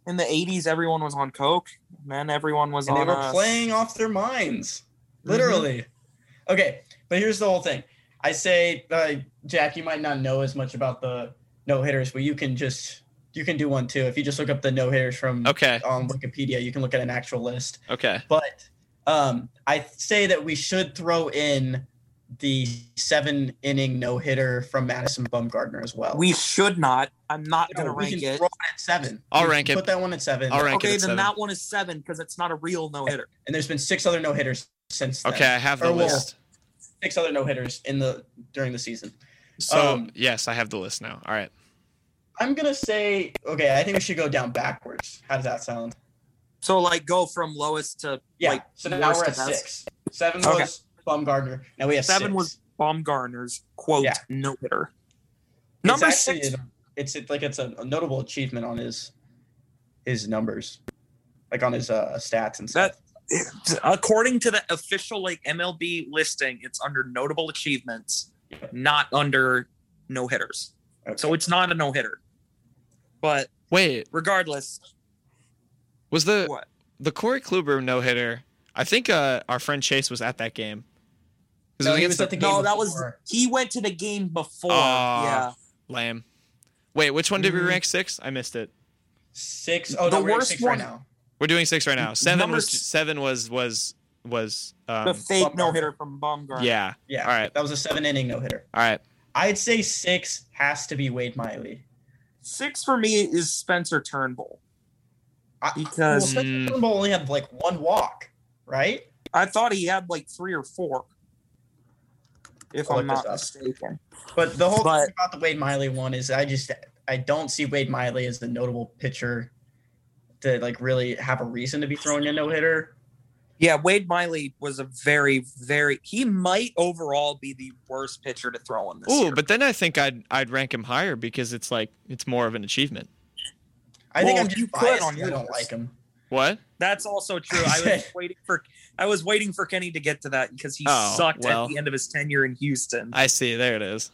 [SPEAKER 6] in the eighties, everyone was on coke, and then everyone was
[SPEAKER 5] and they
[SPEAKER 6] on.
[SPEAKER 5] were
[SPEAKER 6] uh,
[SPEAKER 5] playing off their minds,
[SPEAKER 4] Mm-hmm.
[SPEAKER 5] literally. Okay, but here's the whole thing. I say, uh, Jack, you might not know as much about the no hitters, but you can just you can do one too. If you just look up the no hitters from
[SPEAKER 4] Okay.
[SPEAKER 5] on Wikipedia, you can look at an actual list.
[SPEAKER 4] Okay.
[SPEAKER 5] But um, I say that we should throw in the seven inning no hitter from Madison Bumgarner as well.
[SPEAKER 6] We should not. I'm not
[SPEAKER 5] No,
[SPEAKER 6] gonna
[SPEAKER 5] we
[SPEAKER 6] rank
[SPEAKER 5] can
[SPEAKER 6] it.
[SPEAKER 5] throw it at seven.
[SPEAKER 4] I'll
[SPEAKER 5] We
[SPEAKER 4] rank it.
[SPEAKER 5] Put that one at seven.
[SPEAKER 4] I'll rank
[SPEAKER 6] okay,
[SPEAKER 4] it
[SPEAKER 6] then
[SPEAKER 4] at seven.
[SPEAKER 6] that one is seven because it's not a real no hitter.
[SPEAKER 5] And there's been six other no hitters since. then.
[SPEAKER 4] Okay, I have the
[SPEAKER 5] Or we'll-
[SPEAKER 4] list.
[SPEAKER 5] six other no hitters in the during the season.
[SPEAKER 4] So
[SPEAKER 5] um,
[SPEAKER 4] Oh, yes, I have the list now. All right.
[SPEAKER 5] I'm gonna say okay. I think we should go down backwards. How does that sound?
[SPEAKER 6] So like go from lowest to
[SPEAKER 5] Yeah.
[SPEAKER 6] like
[SPEAKER 5] so now
[SPEAKER 6] worst
[SPEAKER 5] we're
[SPEAKER 6] to
[SPEAKER 5] at
[SPEAKER 6] best.
[SPEAKER 5] six. Seven
[SPEAKER 6] Okay.
[SPEAKER 5] was Bumgarner. Now we have
[SPEAKER 6] Seven
[SPEAKER 5] six.
[SPEAKER 6] was Baumgartner's quote
[SPEAKER 5] Yeah.
[SPEAKER 6] no hitter.
[SPEAKER 5] It's
[SPEAKER 6] Number
[SPEAKER 5] actually
[SPEAKER 6] six.
[SPEAKER 5] an- It's it- like it's a, a notable achievement on his his numbers, like on his uh, stats and stuff.
[SPEAKER 6] According to the official like MLB listing, it's under notable achievements, not under no hitters.
[SPEAKER 5] Okay.
[SPEAKER 6] So it's not a no hitter. But
[SPEAKER 4] Wait,
[SPEAKER 6] regardless,
[SPEAKER 4] was the
[SPEAKER 6] what?
[SPEAKER 4] the Corey Kluber no hitter? I think uh, our friend Chase was at that game. 'Cause it
[SPEAKER 5] No,
[SPEAKER 4] was
[SPEAKER 5] he
[SPEAKER 4] against
[SPEAKER 5] was at
[SPEAKER 4] the-
[SPEAKER 5] the game
[SPEAKER 6] No, that was
[SPEAKER 5] before.
[SPEAKER 6] he went to the game before.
[SPEAKER 4] Aw.
[SPEAKER 6] yeah.
[SPEAKER 4] lame. Wait, which one did we
[SPEAKER 6] Mm.
[SPEAKER 4] rank six? I missed it.
[SPEAKER 5] six. Oh,
[SPEAKER 6] The
[SPEAKER 5] no, we're at
[SPEAKER 6] worst
[SPEAKER 5] six
[SPEAKER 6] one-
[SPEAKER 5] right now.
[SPEAKER 4] We're doing six right now. Seven
[SPEAKER 6] Number
[SPEAKER 4] was
[SPEAKER 6] s-
[SPEAKER 4] seven was was was
[SPEAKER 6] The
[SPEAKER 4] um,
[SPEAKER 6] fake
[SPEAKER 5] Baumgartner.
[SPEAKER 6] no hitter from Baumgartner.
[SPEAKER 4] yeah.
[SPEAKER 5] Yeah.
[SPEAKER 4] All right.
[SPEAKER 5] That was a seven inning no hitter.
[SPEAKER 4] All right.
[SPEAKER 5] I'd say six has to be Wade Miley.
[SPEAKER 6] Six for me is Spencer Turnbull.
[SPEAKER 5] I- well,
[SPEAKER 6] Because
[SPEAKER 5] Spencer Turnbull only had like one walk, right?
[SPEAKER 6] I thought he had like three or four. If
[SPEAKER 5] I'll
[SPEAKER 6] I'm
[SPEAKER 5] look this
[SPEAKER 6] not
[SPEAKER 5] up.
[SPEAKER 6] mistaken.
[SPEAKER 5] But the whole
[SPEAKER 6] But-
[SPEAKER 5] thing about the Wade Miley one is I just I don't see Wade Miley as the notable pitcher to like really have a reason to be throwing a no hitter.
[SPEAKER 6] Yeah, Wade Miley was a very, very he might overall be the worst pitcher to throw in this.
[SPEAKER 4] Ooh,
[SPEAKER 6] year.
[SPEAKER 4] but then I think I'd I'd rank him higher because it's like it's more of an achievement.
[SPEAKER 5] I think
[SPEAKER 6] Well,
[SPEAKER 5] I'm just
[SPEAKER 6] you put
[SPEAKER 5] biased.
[SPEAKER 6] on
[SPEAKER 5] and
[SPEAKER 6] your
[SPEAKER 5] I don't
[SPEAKER 6] list.
[SPEAKER 5] like him.
[SPEAKER 4] What?
[SPEAKER 6] That's also true. I was waiting for I was waiting for Kenny to get to that because he
[SPEAKER 4] Oh,
[SPEAKER 6] sucked
[SPEAKER 4] well.
[SPEAKER 6] at the end of his tenure in Houston.
[SPEAKER 4] I see. There it is.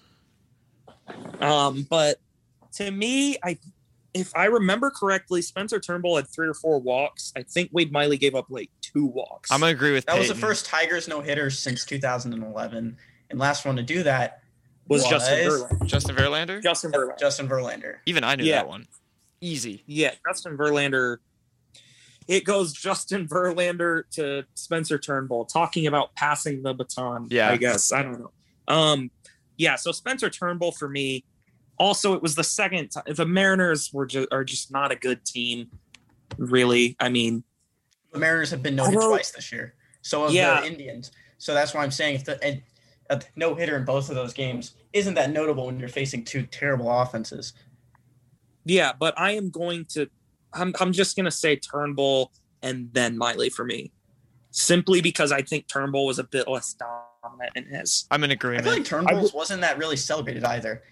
[SPEAKER 6] Um, but to me, I if I remember correctly, Spencer Turnbull had three or four walks. I think Wade Miley gave up like two walks.
[SPEAKER 4] I'm gonna agree with
[SPEAKER 5] That was the
[SPEAKER 4] Peyton.
[SPEAKER 5] first Tigers no hitters since 2011, and last one to do that
[SPEAKER 6] was
[SPEAKER 5] was-
[SPEAKER 6] Justin Verlander.
[SPEAKER 4] Justin Verlander.
[SPEAKER 6] Justin Verlander.
[SPEAKER 5] Justin Verlander.
[SPEAKER 4] Even I knew
[SPEAKER 6] Yeah.
[SPEAKER 4] that one. Easy.
[SPEAKER 6] Yeah, Justin Verlander. It goes Justin Verlander to Spencer Turnbull, talking about passing the baton.
[SPEAKER 4] Yeah.
[SPEAKER 6] I guess I don't know. Um, yeah, so Spencer Turnbull for me. Also, it was the second time the Mariners were ju- are just not a good team, really. I mean,
[SPEAKER 5] The Mariners have been no
[SPEAKER 6] I
[SPEAKER 5] hit
[SPEAKER 6] don't-
[SPEAKER 5] twice this year. So have
[SPEAKER 6] Yeah.
[SPEAKER 5] the Indians. So that's why I'm saying if the and a no hitter in both of those games isn't that notable when you're facing two terrible offenses.
[SPEAKER 6] yeah, but I am going to. I'm I'm just gonna say Turnbull and then Miley for me, simply because I think Turnbull was a bit less dominant in his
[SPEAKER 4] I'm in
[SPEAKER 5] I
[SPEAKER 4] agreement.
[SPEAKER 5] feel like Turnbull
[SPEAKER 6] would-
[SPEAKER 5] wasn't that really celebrated either.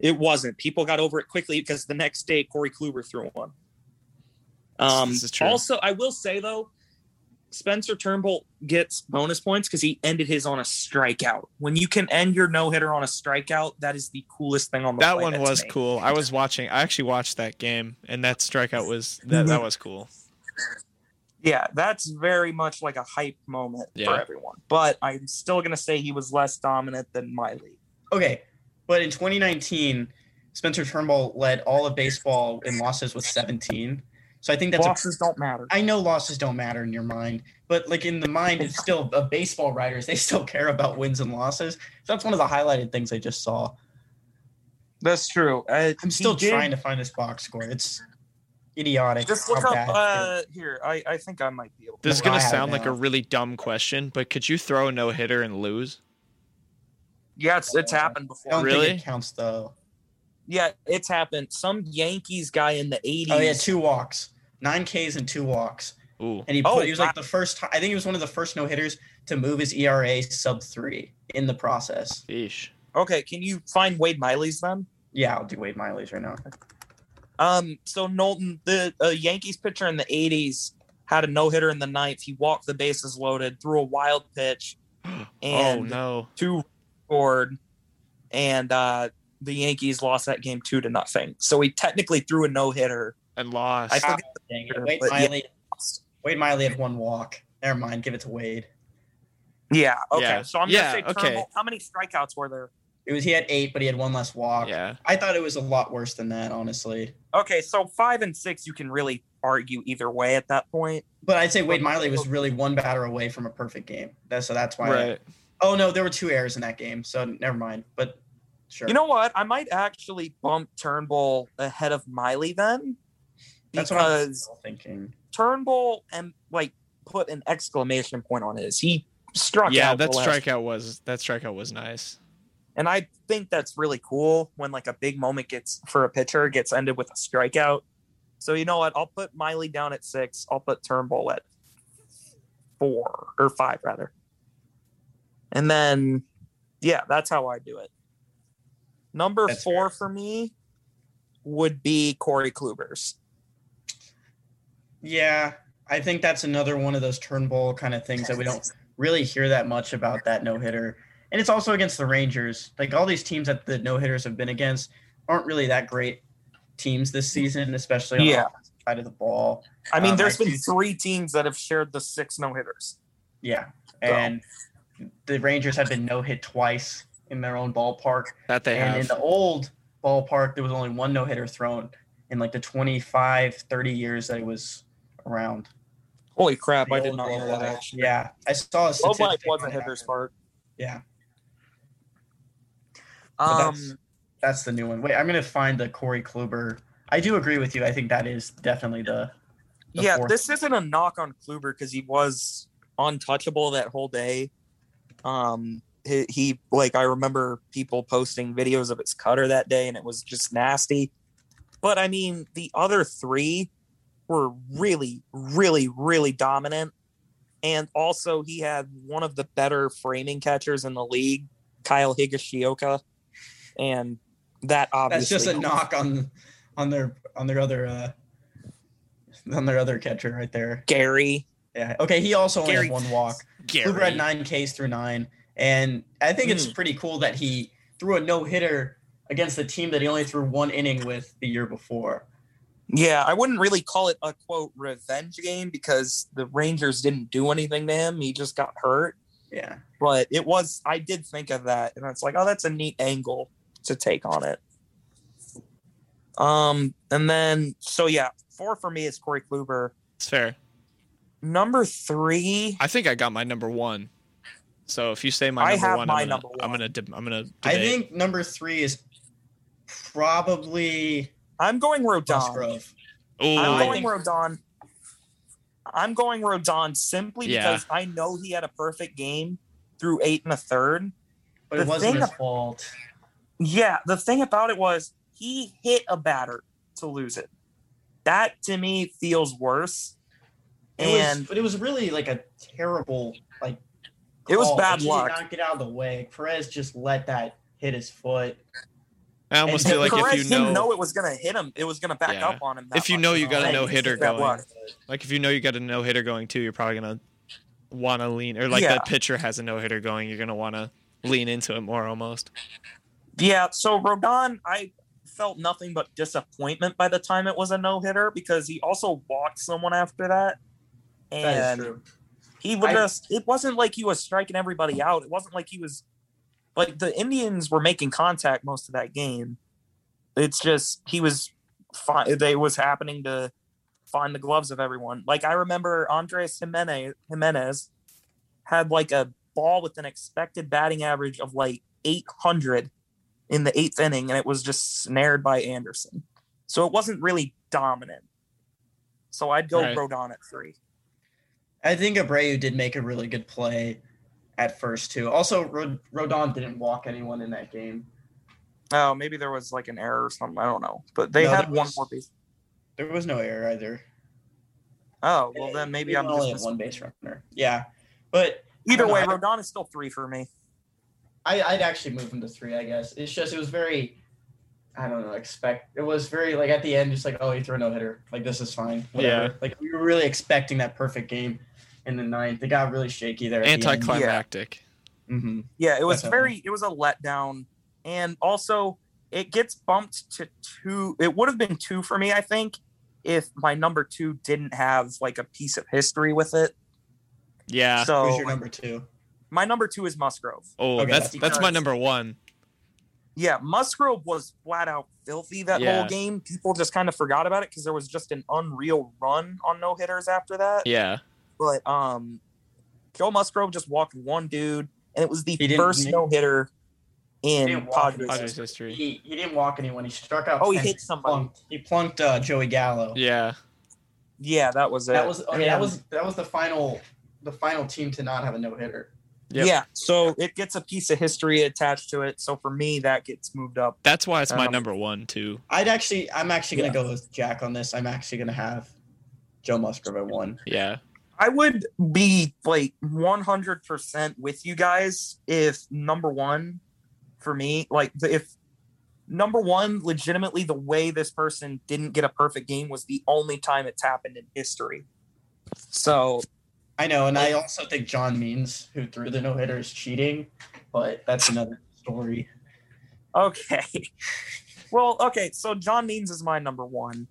[SPEAKER 6] It wasn't. People got over it quickly because the next day Corey Kluber threw one. Um,
[SPEAKER 4] This is true.
[SPEAKER 6] Also, I will say though, Spencer Turnbull gets bonus points because he ended his on a strikeout. When you can end your no hitter on a strikeout, that is the coolest thing on the
[SPEAKER 4] that
[SPEAKER 6] planet
[SPEAKER 4] one
[SPEAKER 6] to
[SPEAKER 4] was
[SPEAKER 6] me.
[SPEAKER 4] cool. I was watching. I actually watched that game, and that strikeout was that, that was cool.
[SPEAKER 6] Yeah, that's very much like a hype moment
[SPEAKER 4] Yeah.
[SPEAKER 6] for everyone. But I'm still gonna say he was less dominant than Miley.
[SPEAKER 5] Okay, but in 2019, Spencer Turnbull led all of baseball in losses with 17. So I think that's a,
[SPEAKER 6] Losses don't matter.
[SPEAKER 5] I know losses don't matter in your mind, but like in the mind, it's still of baseball writers. They still care about wins and losses. So that's one of the highlighted things I just saw.
[SPEAKER 6] That's true. Uh,
[SPEAKER 5] I'm
[SPEAKER 6] he
[SPEAKER 5] still
[SPEAKER 6] did-
[SPEAKER 5] trying to find this box score. It's idiotic.
[SPEAKER 6] just
[SPEAKER 5] how
[SPEAKER 6] look up
[SPEAKER 5] bad it
[SPEAKER 6] uh, here. I, I think I might be able.
[SPEAKER 4] This is
[SPEAKER 5] Well,
[SPEAKER 4] gonna
[SPEAKER 5] I have
[SPEAKER 4] sound like
[SPEAKER 5] now.
[SPEAKER 4] a really dumb question, but could you throw a no hitter and lose?
[SPEAKER 6] Yeah, it's it's happened
[SPEAKER 5] I
[SPEAKER 6] before.
[SPEAKER 5] don't
[SPEAKER 4] really?
[SPEAKER 5] think it counts though.
[SPEAKER 6] Yeah, it's happened. Some Yankees guy in the 80s.
[SPEAKER 5] Oh yeah, two walks, nine Ks and two walks,
[SPEAKER 4] Ooh,
[SPEAKER 5] and he
[SPEAKER 6] Oh,
[SPEAKER 5] put, he was
[SPEAKER 6] wow.
[SPEAKER 5] like the first. I think he was one of the first no hitters to move his ERA sub three in the process.
[SPEAKER 4] Eesh.
[SPEAKER 6] Okay, can you find Wade Miley's then?
[SPEAKER 5] Yeah, I'll do Wade Miley's right now.
[SPEAKER 6] Um, so Knowlton, the uh, Yankees pitcher in the 80s, had a no hitter in the ninth. He walked the bases loaded, threw a wild pitch,
[SPEAKER 4] Oh
[SPEAKER 6] and
[SPEAKER 4] no.
[SPEAKER 6] two scored, and uh, the Yankees lost that game two to nothing. So he technically threw a no hitter.
[SPEAKER 4] And lost.
[SPEAKER 6] I forget
[SPEAKER 5] Dang
[SPEAKER 6] Sure,
[SPEAKER 5] it. Wade
[SPEAKER 6] but yeah.
[SPEAKER 5] Miley. Wade Miley had one walk. Never mind. Give it to Wade.
[SPEAKER 6] Yeah. Okay.
[SPEAKER 4] Yeah.
[SPEAKER 6] So I'm
[SPEAKER 4] Yeah,
[SPEAKER 6] gonna say
[SPEAKER 4] okay.
[SPEAKER 6] Turnbull. How many strikeouts were there?
[SPEAKER 5] It was he had eight, but he had one less walk.
[SPEAKER 4] yeah.
[SPEAKER 5] I thought it was a lot worse than that, honestly.
[SPEAKER 6] Okay, so five and six, you can really argue either way at that point.
[SPEAKER 5] But I'd say Wade Miley was really one batter away from a perfect game. That's so that's why.
[SPEAKER 4] Right.
[SPEAKER 5] Oh no, there were two errors in that game, so never mind. But sure.
[SPEAKER 6] You know what? I might actually bump Turnbull ahead of Miley then.
[SPEAKER 5] That's what I'm
[SPEAKER 6] Because
[SPEAKER 5] still thinking.
[SPEAKER 6] Turnbull and like put an exclamation point on his. He struck
[SPEAKER 4] Yeah,
[SPEAKER 6] out. the
[SPEAKER 4] that
[SPEAKER 6] last-
[SPEAKER 4] strikeout was that strikeout was nice.
[SPEAKER 6] And I think that's really cool when like a big moment gets for a pitcher gets ended with a strikeout. So you know what? I'll put Miley down at six. I'll put Turnbull at four or five rather. And then yeah, that's how I do it. Number
[SPEAKER 5] That's
[SPEAKER 6] four
[SPEAKER 5] fair.
[SPEAKER 6] for me would be Corey Kluber's.
[SPEAKER 5] Yeah, I think that's another one of those Turnbull kind of things that we don't really hear that much about that no hitter. And it's also against the Rangers. Like all these teams that the no hitters have been against aren't really that great teams this season, especially on
[SPEAKER 6] Yeah.
[SPEAKER 5] the offensive side of the ball.
[SPEAKER 6] I mean,
[SPEAKER 5] Um,
[SPEAKER 6] there's
[SPEAKER 5] I
[SPEAKER 6] been
[SPEAKER 5] do-
[SPEAKER 6] three teams that have shared the six no hitters.
[SPEAKER 5] Yeah. And the Rangers have been no hit twice in their own ballpark.
[SPEAKER 4] That they
[SPEAKER 5] and in
[SPEAKER 4] have.
[SPEAKER 5] the old ballpark, there was only one no hitter thrown in like the 25, 30 years that it was around.
[SPEAKER 6] Holy crap!
[SPEAKER 5] The
[SPEAKER 6] I did
[SPEAKER 5] old
[SPEAKER 6] not know
[SPEAKER 5] ballpark.
[SPEAKER 6] that. Actually.
[SPEAKER 5] Yeah. I saw a
[SPEAKER 6] Low
[SPEAKER 5] statistic.
[SPEAKER 6] life was
[SPEAKER 5] on
[SPEAKER 6] a
[SPEAKER 5] that.
[SPEAKER 6] hitter's part.
[SPEAKER 5] Yeah. But that's-
[SPEAKER 6] Um,
[SPEAKER 5] That's the new one. Wait, I'm gonna find the Corey Kluber. I do agree with you. I think that is definitely the. the
[SPEAKER 6] yeah,
[SPEAKER 5] fourth.
[SPEAKER 6] this isn't a knock on Kluber because he was untouchable that whole day. Um, he, he like I remember people posting videos of his cutter that day, and it was just nasty. But I mean, the other three were really, really, really dominant, and also he had one of the better framing catchers in the league, Kyle Higashioka, and that
[SPEAKER 5] That's
[SPEAKER 6] obviously
[SPEAKER 5] just a knock on on their on their other uh on their other catcher right there.
[SPEAKER 6] Gary.
[SPEAKER 5] Yeah. Okay. He also only
[SPEAKER 6] Gary- Mm.
[SPEAKER 5] had one walk.
[SPEAKER 4] Gary.
[SPEAKER 5] Kluber had nine Ks through nine, and I think it's pretty cool that he threw a no hitter against the team that he only threw one inning with the year before.
[SPEAKER 6] Yeah, I wouldn't really call it a quote revenge game because the Rangers didn't do anything to him. He just got hurt.
[SPEAKER 5] Yeah.
[SPEAKER 6] But it was, I did think of that. And it's like, oh, that's a neat angle to take on it. Um, and then, so yeah, four for me is Corey Kluber.
[SPEAKER 4] It's fair.
[SPEAKER 6] Number three,
[SPEAKER 4] I think I got my number one. So if you say my
[SPEAKER 6] I
[SPEAKER 4] number
[SPEAKER 6] have
[SPEAKER 4] one,
[SPEAKER 6] my
[SPEAKER 4] I'm gonna,
[SPEAKER 6] number
[SPEAKER 4] I'm
[SPEAKER 6] one.
[SPEAKER 4] gonna, deb- I'm gonna.
[SPEAKER 5] I
[SPEAKER 4] debate.
[SPEAKER 5] think number three is probably
[SPEAKER 6] I'm going Rodon.
[SPEAKER 5] Musgrove.
[SPEAKER 4] Ooh.
[SPEAKER 6] I'm
[SPEAKER 5] I
[SPEAKER 6] going
[SPEAKER 5] think-
[SPEAKER 6] Rodon. I'm going Rodon simply
[SPEAKER 4] Yeah.
[SPEAKER 6] because I know he had a perfect game through eight and a third.
[SPEAKER 5] But
[SPEAKER 6] The
[SPEAKER 5] it wasn't
[SPEAKER 6] thing
[SPEAKER 5] his
[SPEAKER 6] ab-
[SPEAKER 5] fault.
[SPEAKER 6] Yeah, the thing about it was he hit a batter to lose it. That to me feels worse.
[SPEAKER 5] It
[SPEAKER 6] and
[SPEAKER 5] was, but it was really like a terrible like.
[SPEAKER 6] It was
[SPEAKER 5] call.
[SPEAKER 6] bad
[SPEAKER 5] He did
[SPEAKER 6] luck.
[SPEAKER 5] not get out of the way. Perez just let that hit his foot.
[SPEAKER 4] I almost
[SPEAKER 5] and
[SPEAKER 4] feel like
[SPEAKER 6] Perez
[SPEAKER 4] if you
[SPEAKER 6] didn't
[SPEAKER 4] know,
[SPEAKER 6] it was gonna hit him, it was gonna back
[SPEAKER 4] Yeah.
[SPEAKER 6] up on him. that
[SPEAKER 4] If you
[SPEAKER 6] much.
[SPEAKER 4] know you got a
[SPEAKER 6] Like,
[SPEAKER 4] no-hitter
[SPEAKER 6] that
[SPEAKER 4] going.
[SPEAKER 6] luck.
[SPEAKER 4] like if you know you got a no hitter going too, you're probably gonna want to lean, or like
[SPEAKER 6] Yeah.
[SPEAKER 4] that pitcher has a no hitter going, you're gonna want to lean into it more almost.
[SPEAKER 6] Yeah, so Rodon, I felt nothing but disappointment by the time it was a no hitter because he also walked someone after that. And
[SPEAKER 5] That is true.
[SPEAKER 6] he would
[SPEAKER 5] I-
[SPEAKER 6] just it wasn't like he was striking everybody out it wasn't like he was like the indians were making contact most of that game it's just he was fine they was happening to find the gloves of everyone like i remember andres jimenez jimenez had like a ball with an expected batting average of like 800 in the eighth inning and it was just snared by anderson so it wasn't really dominant so i'd go
[SPEAKER 4] Right.
[SPEAKER 6] rodon at three
[SPEAKER 5] I think Abreu did make a really good play at first too. Also, Rod- Rodon didn't walk anyone in that game.
[SPEAKER 6] Oh, maybe there was like an error or something. I don't know. But they
[SPEAKER 5] No,
[SPEAKER 6] had
[SPEAKER 5] there
[SPEAKER 6] one
[SPEAKER 5] was-
[SPEAKER 6] more base.
[SPEAKER 5] There was no error either.
[SPEAKER 6] Oh, well then maybe
[SPEAKER 5] They
[SPEAKER 6] I'm
[SPEAKER 5] only had
[SPEAKER 6] just
[SPEAKER 5] one base runner. Yeah, but
[SPEAKER 6] either
[SPEAKER 5] I
[SPEAKER 6] way.
[SPEAKER 5] don't
[SPEAKER 6] Rodon is still three for me.
[SPEAKER 5] I, I'd actually move him to three. I guess it's just it was very, I don't know. Expect it was very like at the end, just like oh, he threw a no hitter. Like this is fine. Whatever.
[SPEAKER 4] Yeah.
[SPEAKER 5] Like we were really expecting that perfect game in the ninth. It got really shaky there.
[SPEAKER 4] Anticlimactic.
[SPEAKER 5] Mm-hmm.
[SPEAKER 6] Yeah, it was
[SPEAKER 5] Definitely.
[SPEAKER 6] very. It was a letdown, and also it gets bumped to two. It would have been two for me, I think, if my number two didn't have like a piece of history with it.
[SPEAKER 4] Yeah.
[SPEAKER 5] Who's your
[SPEAKER 6] So
[SPEAKER 5] number two?
[SPEAKER 6] my number two is Musgrove.
[SPEAKER 4] oh,
[SPEAKER 5] okay,
[SPEAKER 4] that's that's my
[SPEAKER 6] because-
[SPEAKER 4] number one.
[SPEAKER 6] Yeah, Musgrove was flat out filthy that
[SPEAKER 4] Yeah.
[SPEAKER 6] whole game. People just kind of forgot about it because there was just an unreal run on no hitters after that.
[SPEAKER 4] Yeah.
[SPEAKER 6] but um Joe Musgrove just walked one dude and it was the
[SPEAKER 5] He didn't-
[SPEAKER 6] first
[SPEAKER 5] he-
[SPEAKER 6] no hitter in
[SPEAKER 5] didn't walk
[SPEAKER 6] Padres.
[SPEAKER 4] Padres history.
[SPEAKER 5] He he didn't walk anyone. He struck out.
[SPEAKER 6] Oh, he
[SPEAKER 5] 10.
[SPEAKER 6] hit somebody.
[SPEAKER 5] Plunked, he plunked uh, Joey Gallo.
[SPEAKER 4] Yeah.
[SPEAKER 6] Yeah, that was it.
[SPEAKER 5] That was okay, that
[SPEAKER 6] And-
[SPEAKER 5] was that was the final the final team to not have a no hitter.
[SPEAKER 4] Yep.
[SPEAKER 6] yeah. So it gets a piece of history attached to it. So for me, that gets moved up.
[SPEAKER 4] That's why it's my
[SPEAKER 6] Um,
[SPEAKER 4] number one too.
[SPEAKER 5] I'd actually I'm actually gonna go with Jack on this. I'm actually gonna have Joe Musgrove at one.
[SPEAKER 4] Yeah.
[SPEAKER 6] I would be like 100% with you guys if number one for me, like the- if number one, legitimately, the way this person didn't get a perfect game was the only time it's happened in history. So
[SPEAKER 5] I know, and I also think John Means, who threw the no hitter, is cheating, but that's another story.
[SPEAKER 6] Okay. Well, okay. So John Means is my number one.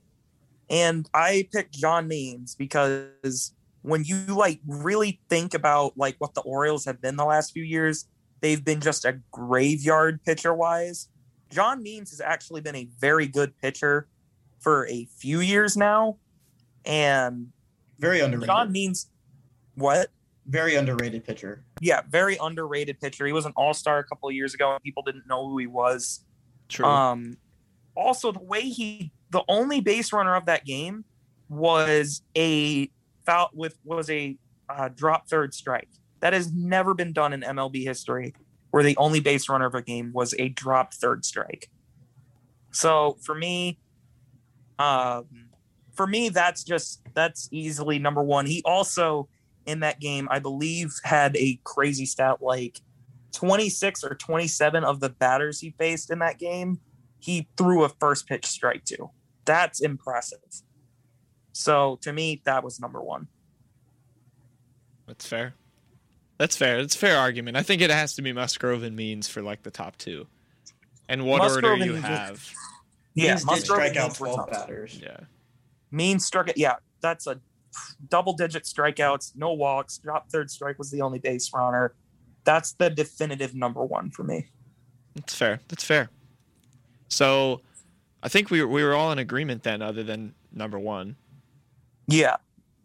[SPEAKER 6] And I picked John Means because when you like really think about like what the Orioles have been the last few years, they've been just a graveyard pitcher wise. John Means has actually been a very good pitcher for a few years now. And
[SPEAKER 5] Very underrated.
[SPEAKER 6] John Means, what?
[SPEAKER 5] Very underrated pitcher.
[SPEAKER 6] yeah, very underrated pitcher. He was an all star a couple of years ago, and people didn't know who he was.
[SPEAKER 4] True.
[SPEAKER 6] Um, also, the way he, the only base runner of that game was a foul with was a uh, drop third strike. That has never been done in MLB history, where the only base runner of a game was a drop third strike. So for me, um, for me, that's just that's easily number one. He also in that game, I believe, had a crazy stat like 26 or 27 of the batters he faced in that game, he threw a first pitch strike to. That's impressive. So to me, that was number one.
[SPEAKER 4] That's fair. That's fair. That's a fair argument. I think it has to be Musgrove and Means for like the top two. And what
[SPEAKER 6] Musgrove
[SPEAKER 4] order you
[SPEAKER 6] and-
[SPEAKER 4] have.
[SPEAKER 6] Yeah,
[SPEAKER 5] Means did
[SPEAKER 6] Musgrove
[SPEAKER 5] strike
[SPEAKER 6] and
[SPEAKER 5] out
[SPEAKER 6] Means were
[SPEAKER 5] 12
[SPEAKER 6] tops.
[SPEAKER 5] batters.
[SPEAKER 4] Yeah.
[SPEAKER 6] Mean struck it. Yeah, that's a double digit strikeouts, no walks. Drop third strike was the only base runner. That's the definitive number one for me.
[SPEAKER 4] That's fair. That's fair. So I think we we were all in agreement then, other than number one.
[SPEAKER 6] Yeah.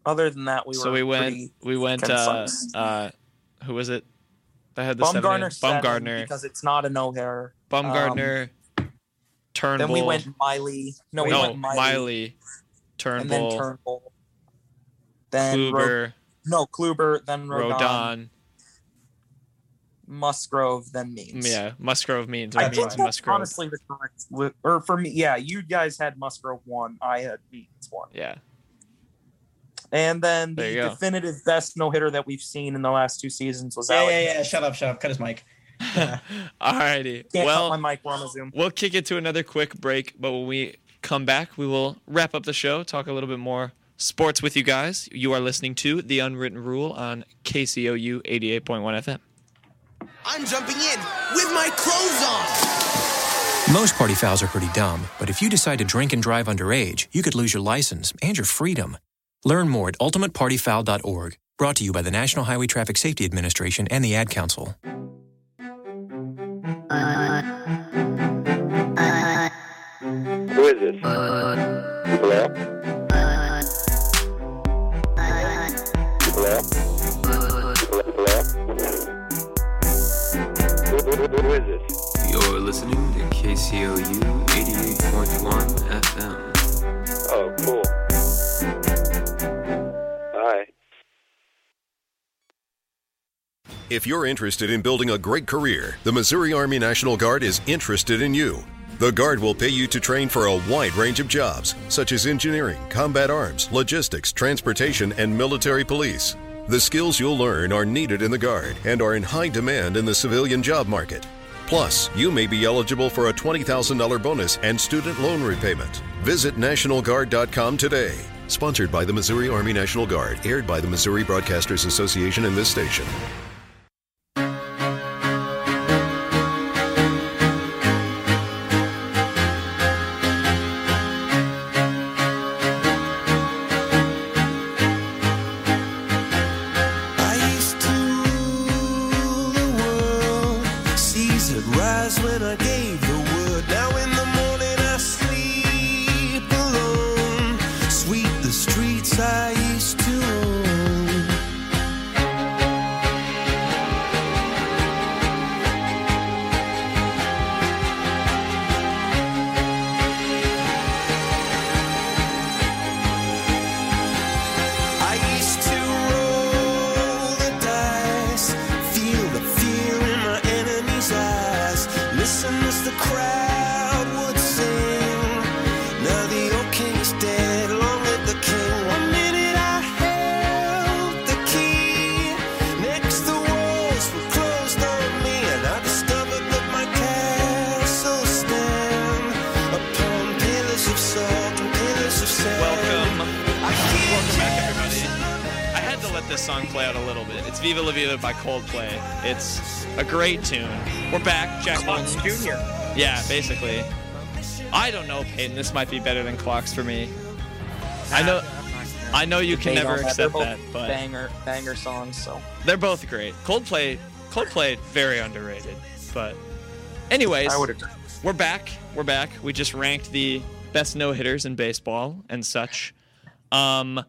[SPEAKER 6] Other than that, we
[SPEAKER 4] so
[SPEAKER 6] were
[SPEAKER 4] we went
[SPEAKER 6] pretty
[SPEAKER 4] we went uh,
[SPEAKER 6] concise.
[SPEAKER 4] uh who was it? That had the seven
[SPEAKER 6] Bumgarner,
[SPEAKER 4] in-
[SPEAKER 6] seven
[SPEAKER 4] Bumgarner.
[SPEAKER 6] because it's not a no hitter.
[SPEAKER 4] Bumgarner. Turnbull.
[SPEAKER 6] Then we went Miley. No, we
[SPEAKER 4] no,
[SPEAKER 6] went
[SPEAKER 4] Miley.
[SPEAKER 6] Miley. and then
[SPEAKER 4] Turnbull.
[SPEAKER 6] Turnbull. Then Ro-
[SPEAKER 4] Kluber.
[SPEAKER 6] no Kluber, then Rodon,
[SPEAKER 4] Rodon.
[SPEAKER 6] Musgrove, then Means.
[SPEAKER 4] Yeah. Musgrove means.
[SPEAKER 6] I
[SPEAKER 4] Or
[SPEAKER 6] think
[SPEAKER 4] means
[SPEAKER 6] that's
[SPEAKER 4] Musgrove.
[SPEAKER 6] honestly the correct. li- Or for me, yeah, you guys had Musgrove one, I had Means one,
[SPEAKER 4] yeah.
[SPEAKER 6] and then
[SPEAKER 4] There
[SPEAKER 6] the
[SPEAKER 4] you go.
[SPEAKER 6] definitive best no hitter that we've seen in the last two seasons was
[SPEAKER 5] Yeah,
[SPEAKER 6] Alec.
[SPEAKER 5] yeah, yeah.
[SPEAKER 6] Means.
[SPEAKER 5] Shut up, shut up. Cut his mic.
[SPEAKER 4] Alrighty.
[SPEAKER 6] Can't
[SPEAKER 4] well,
[SPEAKER 6] cut my mic. We're on a Zoom.
[SPEAKER 4] We'll kick it to another quick break, but when we come back, we will wrap up the show, talk a little bit more sports with you guys. You are listening to The Unwritten Rule on KCOU 88.1 FM.
[SPEAKER 1] I'm jumping in with my clothes on.
[SPEAKER 9] Most party fouls are pretty dumb, but if you decide to drink and drive underage, you could lose your license and your freedom. Learn more at ultimatepartyfoul.org. Brought to you by the National Highway Traffic Safety Administration and the Ad Council.
[SPEAKER 11] Who is this? Hello? Hello? Hello? Who, who- who- who is this?
[SPEAKER 12] You're listening to KCOU 88.1 FM.
[SPEAKER 11] Oh, cool. Hi.
[SPEAKER 7] If you're interested in building a great career, the Missouri Army National Guard is interested in you. The Guard will pay you to train for a wide range of jobs, such as engineering, combat arms, logistics, transportation, and military police. The skills you'll learn are needed in the Guard and are in high demand in the civilian job market. Plus, you may be eligible for a $20,000 bonus and student loan repayment. Visit NationalGuard.com today. Sponsored by the Missouri Army National Guard, aired by the Missouri Broadcasters Association and this station.
[SPEAKER 2] I used to rule the world. Seas had rise when I gave the word. Now in the morning I sleep alone. Sweep the streets I used to own. I used to roll the dice, feel the fear in my enemy's eyes, listen as the crowd would sing. Now the old king is dead, long live the king. One minute I held the key, next the walls were closed on me, and I discovered that my castle stand upon pillars of salt and pillars of sand.
[SPEAKER 4] Welcome.
[SPEAKER 2] I hear
[SPEAKER 4] Welcome back, everybody. I had to let this song play out a little bit. It's Viva La Vida by Coldplay. It's a great tune. We're back. Jack
[SPEAKER 6] Fox
[SPEAKER 4] Holmes.
[SPEAKER 6] Junior.
[SPEAKER 4] Yeah, basically. I don't know, Peyton. This might be better than clocks for me. I know. I know you can
[SPEAKER 6] They
[SPEAKER 4] never
[SPEAKER 6] don't have- they're
[SPEAKER 4] accept
[SPEAKER 6] both
[SPEAKER 4] that, but
[SPEAKER 6] banger banger songs. So
[SPEAKER 4] They're both great. Coldplay, Coldplay, very underrated. But, anyways,
[SPEAKER 6] I would agree.
[SPEAKER 4] we're back. We're back. We just ranked the best no hitters in baseball and such. Um,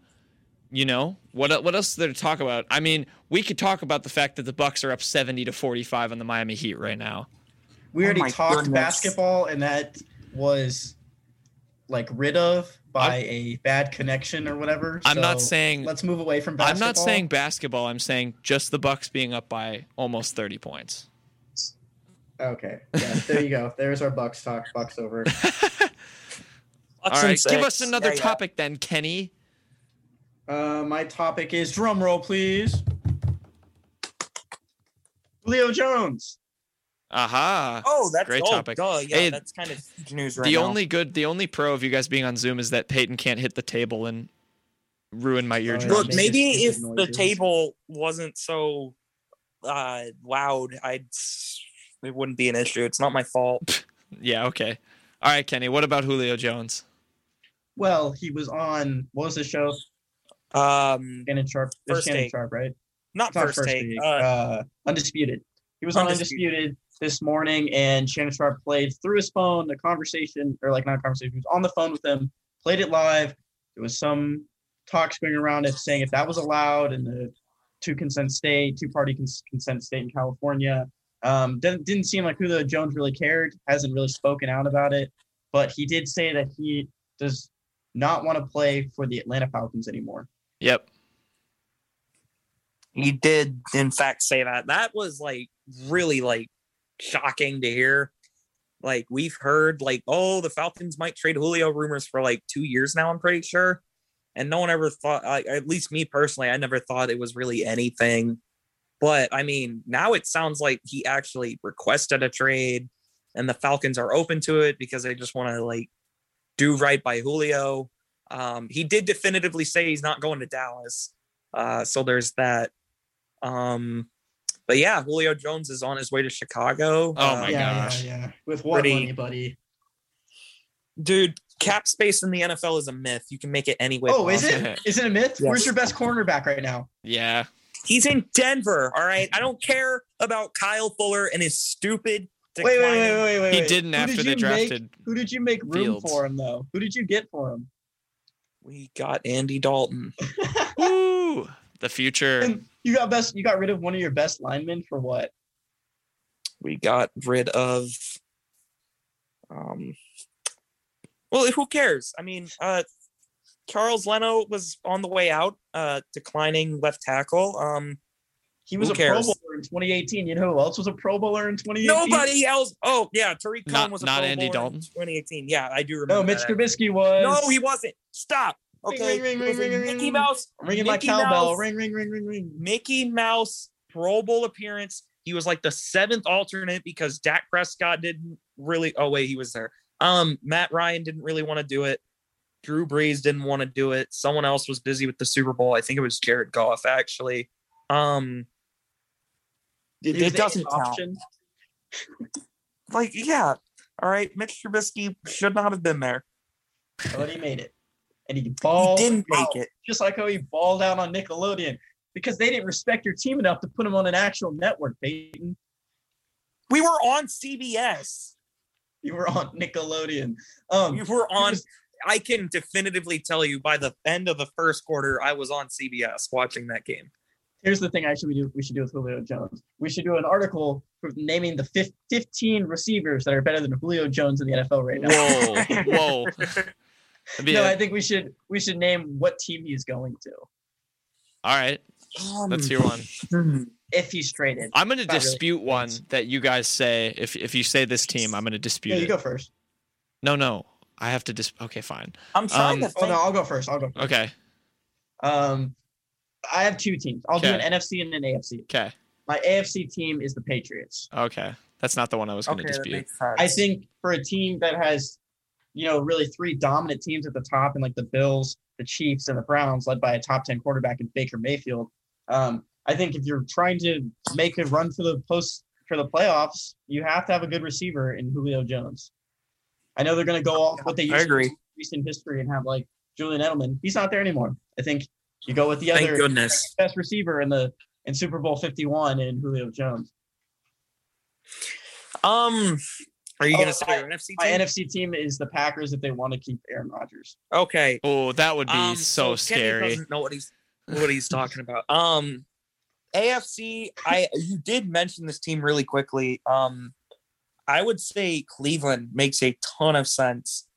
[SPEAKER 4] you know what? el- What else is there to talk about? I mean, we could talk about the fact that the Bucks are up seventy to forty-five on the Miami Heat right now.
[SPEAKER 5] We
[SPEAKER 6] Oh
[SPEAKER 5] already
[SPEAKER 6] my
[SPEAKER 5] talked
[SPEAKER 6] goodness.
[SPEAKER 5] basketball, and that was like rid of by a bad connection or whatever.
[SPEAKER 4] I'm not
[SPEAKER 5] so
[SPEAKER 4] saying-
[SPEAKER 5] Let's move away from
[SPEAKER 4] I'm
[SPEAKER 5] basketball.
[SPEAKER 4] not saying basketball. I'm saying just the Bucks being up by almost 30 points.
[SPEAKER 5] Okay. Yeah, there you go. There's our Bucks talk. Bucks over.
[SPEAKER 4] All right, give us another topic then, Kenny.
[SPEAKER 5] Uh, my topic is drum roll, please. Leo Jones.
[SPEAKER 4] Aha.
[SPEAKER 6] Oh, that's
[SPEAKER 4] great
[SPEAKER 6] oh,
[SPEAKER 4] topic.
[SPEAKER 6] duh, yeah,
[SPEAKER 4] Hey,
[SPEAKER 6] that's kind of huge news right
[SPEAKER 4] the
[SPEAKER 6] now.
[SPEAKER 4] only good, the only pro of you guys being on Zoom is that Peyton can't hit the table and ruin my eardrums.
[SPEAKER 6] Oh, Look, maybe if the table wasn't so uh, loud, I'd it wouldn't be an issue. It's not my fault.
[SPEAKER 4] yeah, okay. All right, Kenny. What about Julio Jones?
[SPEAKER 5] Well, he was on. What was the show?
[SPEAKER 6] Um,
[SPEAKER 5] Shannon Sharp. it's
[SPEAKER 6] First
[SPEAKER 5] Shannon
[SPEAKER 6] Take.
[SPEAKER 5] Sharp, right?
[SPEAKER 6] Not
[SPEAKER 5] It's not
[SPEAKER 6] First Take,
[SPEAKER 5] Take,
[SPEAKER 6] uh,
[SPEAKER 5] uh, undisputed. He was on
[SPEAKER 6] Undisputed.
[SPEAKER 5] undisputed this morning, and Shannon Sharp played through his phone the conversation, or like not a conversation. He was on the phone with him, played it live. There was some talk spinning around it saying if that was allowed in the two consent state, two party cons- consent state in California. Um, didn't, didn't seem like Julio Jones really cared, hasn't really spoken out about it, but he did say that he does not want to play for the Atlanta Falcons anymore.
[SPEAKER 4] Yep.
[SPEAKER 6] He did, in fact, say that. That was like really like shocking to hear. Like we've heard, like oh, the Falcons might trade Julio rumors for like two years now. I'm pretty sure, and no one ever thought. Like, at least me personally, I never thought it was really anything. But I mean, now it sounds like he actually requested a trade, and the Falcons are open to it because they just want to like do right by Julio. Um, he did definitively say he's not going to Dallas. Uh, so there's that. Um, but yeah, Julio Jones is on his way to Chicago.
[SPEAKER 4] Oh my
[SPEAKER 6] Uh,
[SPEAKER 4] gosh.
[SPEAKER 5] Yeah, yeah. With what
[SPEAKER 6] Pretty-
[SPEAKER 5] money, buddy?
[SPEAKER 6] Dude, cap space in the NFL is a myth. You can make it any way.
[SPEAKER 5] Oh, is
[SPEAKER 6] possible.
[SPEAKER 5] it? Is it a myth? Where's your best cornerback right now?
[SPEAKER 4] Yeah.
[SPEAKER 6] He's in Denver. All right. I don't care about Kyle Fuller and his stupid.
[SPEAKER 5] Wait, wait, wait,
[SPEAKER 6] declining-
[SPEAKER 5] wait, wait, wait.
[SPEAKER 4] He didn't
[SPEAKER 5] Who
[SPEAKER 4] after
[SPEAKER 5] did
[SPEAKER 4] they
[SPEAKER 5] you
[SPEAKER 4] drafted
[SPEAKER 5] Make, who did you make room
[SPEAKER 4] Fields.
[SPEAKER 5] for him though? Who did you get for him?
[SPEAKER 6] We got Andy Dalton.
[SPEAKER 4] Woo! The future.
[SPEAKER 5] And you got best. You got rid of one of your best linemen for what?
[SPEAKER 6] We got rid of. Um. Well, who cares? I mean, uh, Charles Leno was on the way out, uh, declining left tackle. Um,
[SPEAKER 5] He was
[SPEAKER 6] Who
[SPEAKER 5] a
[SPEAKER 6] cares?
[SPEAKER 5] Pro Bowler in 2018. You know who else was a Pro Bowler in 2018?
[SPEAKER 6] Nobody else. Oh yeah, Tariq
[SPEAKER 4] Not-
[SPEAKER 6] Cohen was a
[SPEAKER 4] not
[SPEAKER 6] Pro
[SPEAKER 4] Andy
[SPEAKER 6] Bowler in
[SPEAKER 4] Dalton?
[SPEAKER 6] 2018. Yeah, I do remember.
[SPEAKER 5] No, Mitch
[SPEAKER 6] that.
[SPEAKER 5] Trubisky was.
[SPEAKER 6] No, he wasn't. Stop.
[SPEAKER 5] Ring,
[SPEAKER 6] Okay,
[SPEAKER 5] ring, ring,
[SPEAKER 6] it was
[SPEAKER 5] ring,
[SPEAKER 6] a
[SPEAKER 5] ring,
[SPEAKER 6] Mickey
[SPEAKER 5] ring.
[SPEAKER 6] Mouse.
[SPEAKER 5] ringing like
[SPEAKER 6] Mickey
[SPEAKER 5] cowbell.
[SPEAKER 6] Mouse.
[SPEAKER 5] Ring, ring, ring, ring, ring.
[SPEAKER 6] Mickey Mouse Pro Bowl appearance. He was like the seventh alternate because Dak Prescott didn't really. Oh wait, he was there. Um, Matt Ryan didn't really want to do it. Drew Brees didn't want to do it. Someone else was busy with the Super Bowl. I think it was Jared Goff actually. Um, it,
[SPEAKER 5] He was the
[SPEAKER 6] it doesn't
[SPEAKER 5] eighth
[SPEAKER 6] count. Like yeah, all right. Mitch Trubisky should not have been there.
[SPEAKER 5] but he made it, and he balled.
[SPEAKER 6] he didn't
[SPEAKER 5] out.
[SPEAKER 6] make it.
[SPEAKER 5] just like how he balled out on Nickelodeon because they didn't respect your team enough to put him on an actual network. Peyton,
[SPEAKER 6] We were on CBS.
[SPEAKER 5] you were on Nickelodeon. Um,
[SPEAKER 6] We were
[SPEAKER 5] he
[SPEAKER 6] on.
[SPEAKER 5] was-
[SPEAKER 6] I can definitively tell you by the end of the first quarter, I was on CBS watching that game.
[SPEAKER 5] here's the thing. Actually, we do we should do with Julio Jones. We should do an article for naming the fif- 15 receivers that are better than Julio Jones in the NFL right
[SPEAKER 4] Whoa.
[SPEAKER 5] now.
[SPEAKER 4] Whoa. That'd be
[SPEAKER 5] No,
[SPEAKER 4] a-
[SPEAKER 5] I think we should we should name what team he's going to
[SPEAKER 4] all right.
[SPEAKER 5] Um,
[SPEAKER 4] Let's hear one.
[SPEAKER 5] if he's traded.
[SPEAKER 4] I'm going to
[SPEAKER 5] Not really.
[SPEAKER 4] dispute one that you guys say. If if you say this team, I'm going to dispute
[SPEAKER 5] Yeah, you
[SPEAKER 4] it.
[SPEAKER 5] go first.
[SPEAKER 4] No, no. I have to dis. Okay, fine.
[SPEAKER 6] I'm trying
[SPEAKER 4] Um,
[SPEAKER 6] to
[SPEAKER 5] Oh
[SPEAKER 6] think.
[SPEAKER 5] no, I'll go first. I'll go. First.
[SPEAKER 4] Okay.
[SPEAKER 5] Um, I have two teams. I'll do
[SPEAKER 4] Okay.
[SPEAKER 5] an NFC and an AFC.
[SPEAKER 4] Okay.
[SPEAKER 5] My AFC team is the Patriots.
[SPEAKER 4] Okay. That's not the one I was going
[SPEAKER 6] okay,
[SPEAKER 4] to
[SPEAKER 6] that
[SPEAKER 4] dispute.
[SPEAKER 6] makes sense.
[SPEAKER 5] I think for a team that has, you know, really three dominant teams at the top, and like the Bills, the Chiefs, and the Browns, led by a top ten quarterback in Baker Mayfield. Um, I think if you're trying to make a run for the post for the playoffs, you have to have a good receiver in Julio Jones. I know they're going to go off what they
[SPEAKER 6] I
[SPEAKER 5] used to
[SPEAKER 6] agree.
[SPEAKER 5] do in recent history and have like Julian Edelman. He's not there anymore. I think you go with the
[SPEAKER 6] Thank
[SPEAKER 5] other
[SPEAKER 6] goodness.
[SPEAKER 5] best receiver in the in Super Bowl 51 in Julio Jones.
[SPEAKER 6] Um, are you
[SPEAKER 5] Oh,
[SPEAKER 6] gonna say
[SPEAKER 5] my-
[SPEAKER 6] your NFC team?
[SPEAKER 5] My NFC team is the Packers if they want to keep Aaron Rodgers.
[SPEAKER 6] okay.
[SPEAKER 4] Oh, that would be
[SPEAKER 6] Um,
[SPEAKER 4] so,
[SPEAKER 6] Kenny
[SPEAKER 4] scary.
[SPEAKER 6] doesn't know what he's what he's talking about. Um, AFC. I you did mention this team really quickly. Um, I would say Cleveland makes a ton of sense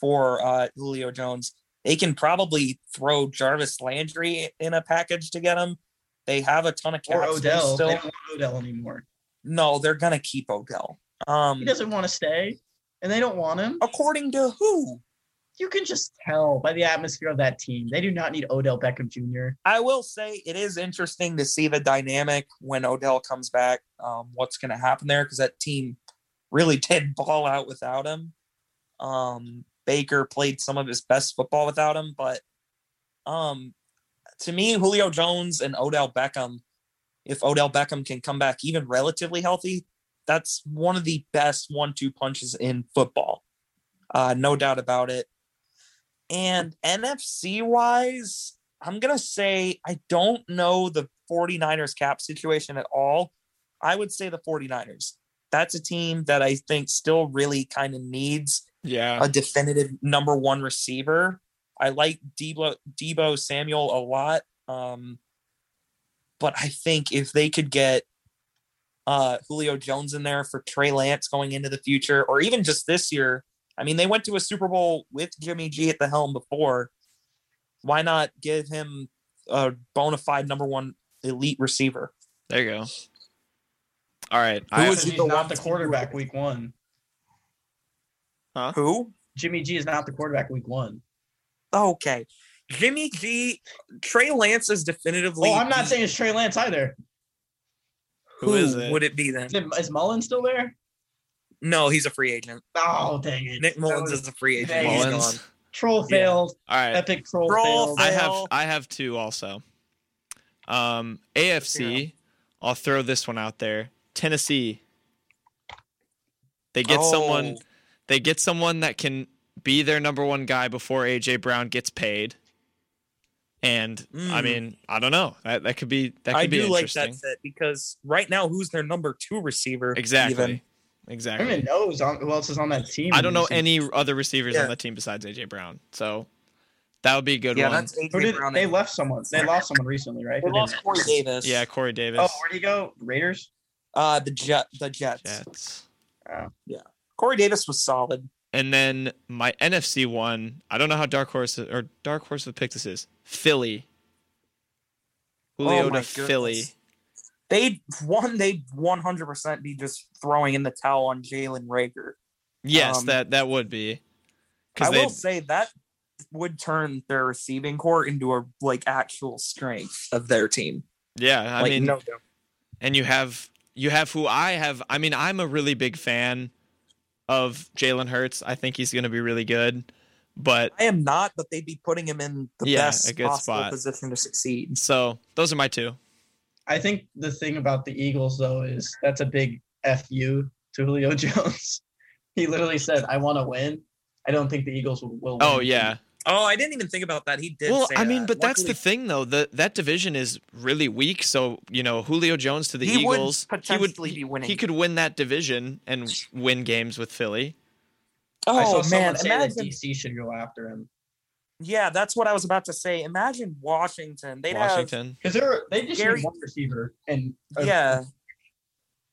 [SPEAKER 6] for uh, Julio Jones. They can probably throw Jarvis Landry in a package to get him. They have a ton of cap
[SPEAKER 5] Or
[SPEAKER 6] space
[SPEAKER 5] Odell.
[SPEAKER 6] still.
[SPEAKER 5] They don't want Odell anymore.
[SPEAKER 6] No, they're gonna keep Odell. Um,
[SPEAKER 5] He doesn't want to stay, and they don't want him.
[SPEAKER 6] According to who?
[SPEAKER 5] You can just tell by the atmosphere of that team. They do not need Odell Beckham Jr.
[SPEAKER 6] I will say it is interesting to see the dynamic when Odell comes back. Um, what's going to happen there? Because that team really did ball out without him. Um, Baker played some of his best football without him, but um, to me, Julio Jones and Odell Beckham, if Odell Beckham can come back even relatively healthy, that's one of the best one-two punches in football. Uh, no doubt about it. And NFC wise, I'm going to say I don't know the 49ers cap situation at all. I would say the 49ers. That's a team that I think still really kind of needs
[SPEAKER 4] Yeah.
[SPEAKER 6] a definitive number one receiver. I like Debo, Debo Samuel a lot. Um, but I think if they could get uh, Julio Jones in there for Trey Lance going into the future, or even just this year, I mean, they went to a Super Bowl with Jimmy G at the helm before. Why not give him a bona fide number one elite receiver?
[SPEAKER 4] There you go. All right. I
[SPEAKER 6] Who
[SPEAKER 4] have-
[SPEAKER 6] is
[SPEAKER 5] He's not the quarterback week one.
[SPEAKER 4] Huh?
[SPEAKER 6] Who?
[SPEAKER 5] Jimmy G is not the quarterback week one.
[SPEAKER 6] Okay. Jimmy G, Trey Lance is definitively.
[SPEAKER 5] Oh, I'm not saying it's Trey Lance either.
[SPEAKER 4] Who is it?
[SPEAKER 6] Would it be then?
[SPEAKER 5] Is, it, is Mullen still there?
[SPEAKER 6] No, he's a free agent.
[SPEAKER 5] Oh, dang it.
[SPEAKER 6] Nick
[SPEAKER 5] That
[SPEAKER 6] Mullins
[SPEAKER 5] was-
[SPEAKER 6] is a free agent.
[SPEAKER 5] Dang.
[SPEAKER 6] He's
[SPEAKER 4] Mullins.
[SPEAKER 6] gone.
[SPEAKER 5] Troll failed.
[SPEAKER 4] All right.
[SPEAKER 5] Epic troll,
[SPEAKER 6] Troll
[SPEAKER 5] failed.
[SPEAKER 4] I have
[SPEAKER 6] Well-
[SPEAKER 4] I have two also. Um, AFC. I'll throw this one out there. Tennessee. They get someone.
[SPEAKER 6] Oh.
[SPEAKER 4] They get someone that can be their number one guy before AJ Brown gets paid. And I
[SPEAKER 6] Mm.
[SPEAKER 4] mean, I don't know. That that could be that could
[SPEAKER 6] I
[SPEAKER 4] be
[SPEAKER 6] do like
[SPEAKER 4] interesting.
[SPEAKER 6] that set because right now, who's their number two receiver?
[SPEAKER 4] exactly.
[SPEAKER 6] even?
[SPEAKER 5] I don't
[SPEAKER 4] Exactly.
[SPEAKER 5] even know who's on- who else is on that team.
[SPEAKER 4] I don't know any other receivers
[SPEAKER 6] Yeah.
[SPEAKER 4] on the team besides AJ Brown. So that would be a good
[SPEAKER 6] Yeah,
[SPEAKER 4] one.
[SPEAKER 6] that's AJ
[SPEAKER 5] Who did,
[SPEAKER 6] Brown.
[SPEAKER 5] they left someone. They lost someone recently, right?
[SPEAKER 6] They
[SPEAKER 5] Who did
[SPEAKER 6] lost
[SPEAKER 5] it?
[SPEAKER 6] Corey Davis.
[SPEAKER 4] Yeah, Corey Davis.
[SPEAKER 5] Oh, where'd he go? Raiders?
[SPEAKER 6] Uh, the Jet, the Jets.
[SPEAKER 4] Jets.
[SPEAKER 6] Corey Davis was solid.
[SPEAKER 4] And then my NFC one, I don't know how Dark Horse or Dark Horse would pick this is. Philly. Julio
[SPEAKER 6] Oh
[SPEAKER 4] to
[SPEAKER 6] my
[SPEAKER 4] Philly.
[SPEAKER 6] goodness. They one, they 100 percent be just throwing in the towel on Jalen Rager.
[SPEAKER 4] Yes,
[SPEAKER 6] Um,
[SPEAKER 4] that that would be.
[SPEAKER 6] I
[SPEAKER 4] Because they
[SPEAKER 6] will say that would turn their receiving core into a like actual strength of their team.
[SPEAKER 4] yeah, I
[SPEAKER 6] Like,
[SPEAKER 4] mean
[SPEAKER 6] no doubt.
[SPEAKER 4] and you have you have who I have I mean, I'm a really big fan of Jalen Hurts. I think he's gonna be really good. But
[SPEAKER 6] I am not, but they'd be putting him in the
[SPEAKER 4] Yeah,
[SPEAKER 6] best
[SPEAKER 4] a good
[SPEAKER 6] possible
[SPEAKER 4] spot.
[SPEAKER 6] position to succeed.
[SPEAKER 4] so those are my two.
[SPEAKER 5] I think the thing about the Eagles though is that's a big fu to Julio Jones. he literally said, "I want to win." I don't think the Eagles will, will win.
[SPEAKER 4] Oh yeah.
[SPEAKER 6] Oh, I didn't even think about that. He did.
[SPEAKER 4] well,
[SPEAKER 6] say
[SPEAKER 4] I mean,
[SPEAKER 6] that.
[SPEAKER 4] but that's the
[SPEAKER 6] Luckily,
[SPEAKER 4] thing, though. The that division is really weak. So you know, Julio Jones to the
[SPEAKER 6] He would
[SPEAKER 4] Eagles,
[SPEAKER 6] potentially be winning.
[SPEAKER 4] He could win that division and win games with Philly.
[SPEAKER 5] I
[SPEAKER 6] Oh
[SPEAKER 5] saw
[SPEAKER 6] man,
[SPEAKER 5] someone say that
[SPEAKER 6] imagine.
[SPEAKER 5] DC should go after him
[SPEAKER 6] Yeah, that's what I was about to say. Imagine Washington. They'd
[SPEAKER 4] Washington,
[SPEAKER 5] because they're they just
[SPEAKER 6] Gary-
[SPEAKER 5] need one receiver and uh,
[SPEAKER 6] have. Yeah.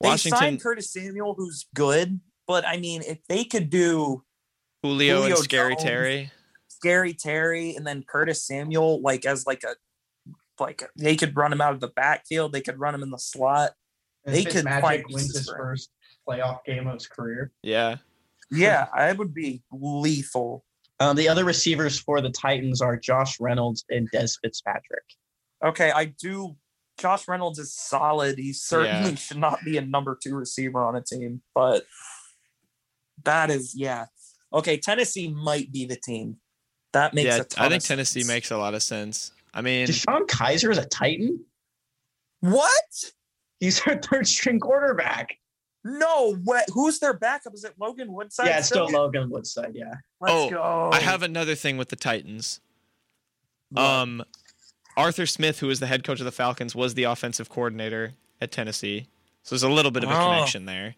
[SPEAKER 6] They
[SPEAKER 4] Washington,
[SPEAKER 6] signed Curtis Samuel, who's good, but I mean, if they could do
[SPEAKER 4] Julio,
[SPEAKER 6] Julio
[SPEAKER 4] and Scary
[SPEAKER 6] Jones.
[SPEAKER 4] Terry.
[SPEAKER 6] Gary Terry and then Curtis Samuel, like as like a like they could run him out of the backfield, they could run him in the slot.
[SPEAKER 5] and
[SPEAKER 6] they could
[SPEAKER 5] Fitzmagic
[SPEAKER 6] fight
[SPEAKER 5] wins his
[SPEAKER 6] Jesus Christ.
[SPEAKER 5] first playoff game of his career.
[SPEAKER 4] Yeah,
[SPEAKER 6] Yeah, I would be lethal.
[SPEAKER 5] Um, the other receivers for the Titans are Josh Reynolds and Des Fitzpatrick.
[SPEAKER 6] Okay, I do. Josh Reynolds is solid. He certainly should not be a number two receiver on a team, but that is yeah. Okay, Tennessee might be the team. That makes
[SPEAKER 4] yeah.
[SPEAKER 6] a ton
[SPEAKER 4] I think
[SPEAKER 6] of
[SPEAKER 4] Tennessee
[SPEAKER 6] sense.
[SPEAKER 4] makes a lot of sense. I mean,
[SPEAKER 5] Deshaun Kaiser is a Titan.
[SPEAKER 6] what?
[SPEAKER 5] He's their third string quarterback.
[SPEAKER 6] No, what? Who's their backup? Is it Logan Woodside?
[SPEAKER 5] yeah, it's still Logan Woodside. Yeah.
[SPEAKER 6] Let's
[SPEAKER 4] Oh,
[SPEAKER 6] go.
[SPEAKER 4] I have another thing with the Titans.
[SPEAKER 6] What?
[SPEAKER 4] Um, Arthur Smith, who is the head coach of the Falcons, was the offensive coordinator at Tennessee. So there's a little bit of a
[SPEAKER 6] Oh.
[SPEAKER 4] connection there.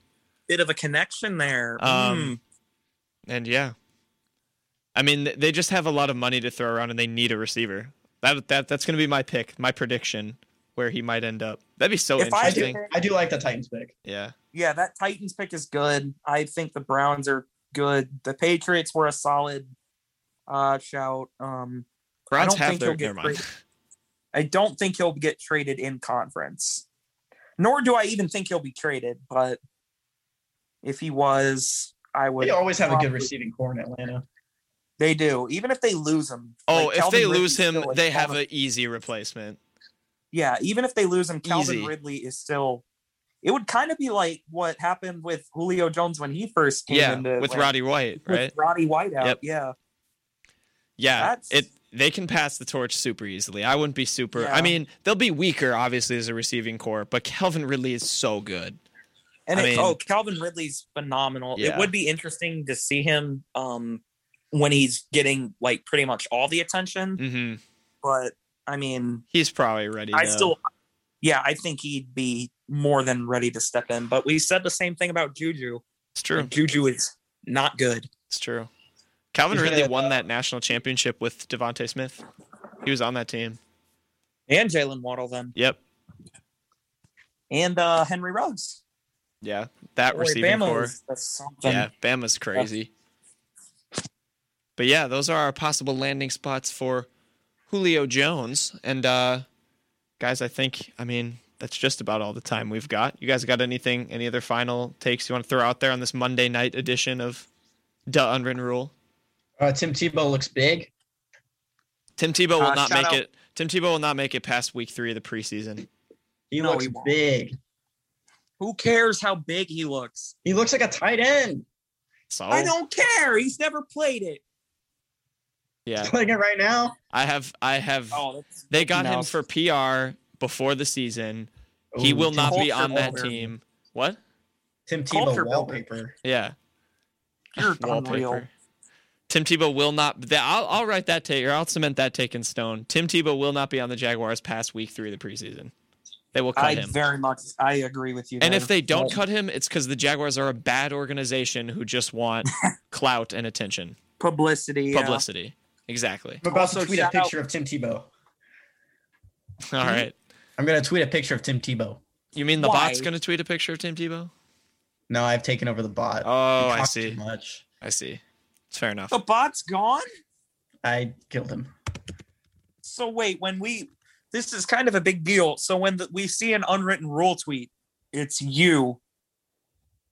[SPEAKER 6] bit of a connection there.
[SPEAKER 4] Um,
[SPEAKER 6] Hmm.
[SPEAKER 4] And yeah, I mean th- they just have a lot of money to throw around, and they need a receiver. That that that's going to be my pick, my prediction, where he might end up. That'd be so
[SPEAKER 6] Hmm. If I
[SPEAKER 5] I
[SPEAKER 6] do-
[SPEAKER 5] do.
[SPEAKER 4] oh, interesting.
[SPEAKER 5] I do like the Titans pick.
[SPEAKER 4] yeah,
[SPEAKER 6] yeah, that Titans pick is good. I think the Browns are good. The Patriots were a solid uh, shout. Um, I
[SPEAKER 4] Browns
[SPEAKER 6] don't
[SPEAKER 4] have
[SPEAKER 6] think
[SPEAKER 4] their-
[SPEAKER 6] he'll get
[SPEAKER 4] never mind.
[SPEAKER 6] traded. I don't think he'll get traded in conference. Nor do I even think he'll be traded. But if he was, I would.
[SPEAKER 5] They always have a good
[SPEAKER 6] probably-
[SPEAKER 5] receiving core in Atlanta.
[SPEAKER 6] They do, even if they lose him.
[SPEAKER 4] Oh,
[SPEAKER 6] like,
[SPEAKER 4] if
[SPEAKER 6] Calvin
[SPEAKER 4] they
[SPEAKER 6] Ridley's
[SPEAKER 4] lose him,
[SPEAKER 6] still a
[SPEAKER 4] they have
[SPEAKER 6] solid-
[SPEAKER 4] an easy replacement.
[SPEAKER 6] Yeah, even if they lose him, Calvin
[SPEAKER 4] Easy.
[SPEAKER 6] Ridley is still. It would kind of be like what happened with Julio Jones when he first came
[SPEAKER 4] Yeah,
[SPEAKER 6] into
[SPEAKER 4] with
[SPEAKER 6] Atlanta.
[SPEAKER 4] Roddy White,
[SPEAKER 6] With
[SPEAKER 4] right?
[SPEAKER 6] Roddy White out.
[SPEAKER 4] Yep.
[SPEAKER 6] Yeah,
[SPEAKER 4] Yeah,
[SPEAKER 6] That's-
[SPEAKER 4] it they can pass the torch super easily. I wouldn't be super. I
[SPEAKER 6] Yeah.
[SPEAKER 4] mean, they'll be weaker obviously as a receiving core, but Calvin Ridley is so good.
[SPEAKER 6] and
[SPEAKER 4] I
[SPEAKER 6] it,
[SPEAKER 4] mean-
[SPEAKER 6] oh, Calvin Ridley's phenomenal.
[SPEAKER 4] Yeah.
[SPEAKER 6] It would be interesting to see him um when he's getting like pretty much all the attention.
[SPEAKER 4] hmm
[SPEAKER 6] But I mean,
[SPEAKER 4] He's probably ready.
[SPEAKER 6] I
[SPEAKER 4] to-
[SPEAKER 6] still, yeah, I think he'd be more than ready to step in. But we said the same thing about Juju.
[SPEAKER 4] It's true.
[SPEAKER 6] And Juju is not good.
[SPEAKER 4] It's true. Calvin
[SPEAKER 5] He's
[SPEAKER 4] Ridley
[SPEAKER 5] gonna-
[SPEAKER 6] uh,
[SPEAKER 4] won that national championship with Devonte Smith. He was on that team.
[SPEAKER 6] And Jalen Waddle then,
[SPEAKER 4] Yep.
[SPEAKER 6] and uh Henry Ruggs.
[SPEAKER 4] Yeah. That
[SPEAKER 6] Boy,
[SPEAKER 4] receiving
[SPEAKER 6] Bama
[SPEAKER 4] core.
[SPEAKER 6] is- that's something.
[SPEAKER 4] Yeah, Bama's crazy. But yeah, those are our possible landing spots for Julio Jones. And uh guys, I think I mean that's just about all the time we've got. You guys got anything, any other final takes you want to throw out there on this Monday night edition of Duh Unwritten Rule?
[SPEAKER 5] Uh, Tim Tebow looks big.
[SPEAKER 4] Tim Tebow will
[SPEAKER 6] Uh,
[SPEAKER 4] not
[SPEAKER 6] shout
[SPEAKER 4] make
[SPEAKER 6] out-
[SPEAKER 4] it Tim Tebow will not make it past week three of the preseason.
[SPEAKER 5] He
[SPEAKER 6] No,
[SPEAKER 5] looks
[SPEAKER 6] he won't.
[SPEAKER 5] big.
[SPEAKER 6] Who cares how big he looks?
[SPEAKER 5] He looks like a tight end.
[SPEAKER 4] So
[SPEAKER 6] I don't care. He's never played it.
[SPEAKER 4] yeah.
[SPEAKER 5] Playing it right now.
[SPEAKER 4] I have I have
[SPEAKER 6] Oh, that's
[SPEAKER 4] They got him
[SPEAKER 6] No.
[SPEAKER 4] for PR before the season. he
[SPEAKER 5] Ooh,
[SPEAKER 4] will
[SPEAKER 5] Tim-
[SPEAKER 4] not be
[SPEAKER 6] Colter
[SPEAKER 4] on that
[SPEAKER 6] Wilder.
[SPEAKER 4] team. What?
[SPEAKER 5] Tim
[SPEAKER 6] Colter
[SPEAKER 5] Tebow
[SPEAKER 6] Wilder.
[SPEAKER 5] wallpaper.
[SPEAKER 4] Yeah.
[SPEAKER 6] You're
[SPEAKER 4] Wallpaper.
[SPEAKER 6] unreal.
[SPEAKER 4] Tim Tebow will not. th- I'll, I'll write that take, or I'll cement that take in stone. Tim Tebow will not be on the Jaguars past week three of the preseason. They will cut
[SPEAKER 6] I
[SPEAKER 4] him.
[SPEAKER 6] very much I agree with you.
[SPEAKER 4] And
[SPEAKER 6] there.
[SPEAKER 4] if they don't
[SPEAKER 6] Well,
[SPEAKER 4] cut him, it's because the Jaguars are a bad organization who just want clout and attention,
[SPEAKER 6] publicity, yeah.
[SPEAKER 4] publicity. Exactly.
[SPEAKER 5] I'm about
[SPEAKER 6] Also,
[SPEAKER 5] to tweet a
[SPEAKER 6] shout out-
[SPEAKER 5] picture of Tim Tebow.
[SPEAKER 4] All right.
[SPEAKER 5] I'm gonna tweet a picture of Tim Tebow.
[SPEAKER 4] You mean the bot's
[SPEAKER 6] Why?
[SPEAKER 4] going to tweet a picture of Tim Tebow?
[SPEAKER 5] No, I've taken over the bot.
[SPEAKER 4] Oh,
[SPEAKER 5] He
[SPEAKER 4] I
[SPEAKER 5] talks too
[SPEAKER 4] see.
[SPEAKER 5] Much.
[SPEAKER 4] I see. It's fair enough.
[SPEAKER 6] the bot's gone.
[SPEAKER 5] I killed him.
[SPEAKER 6] So wait, when we this is kind of a big deal. So when the, we see an unwritten rule tweet, it's you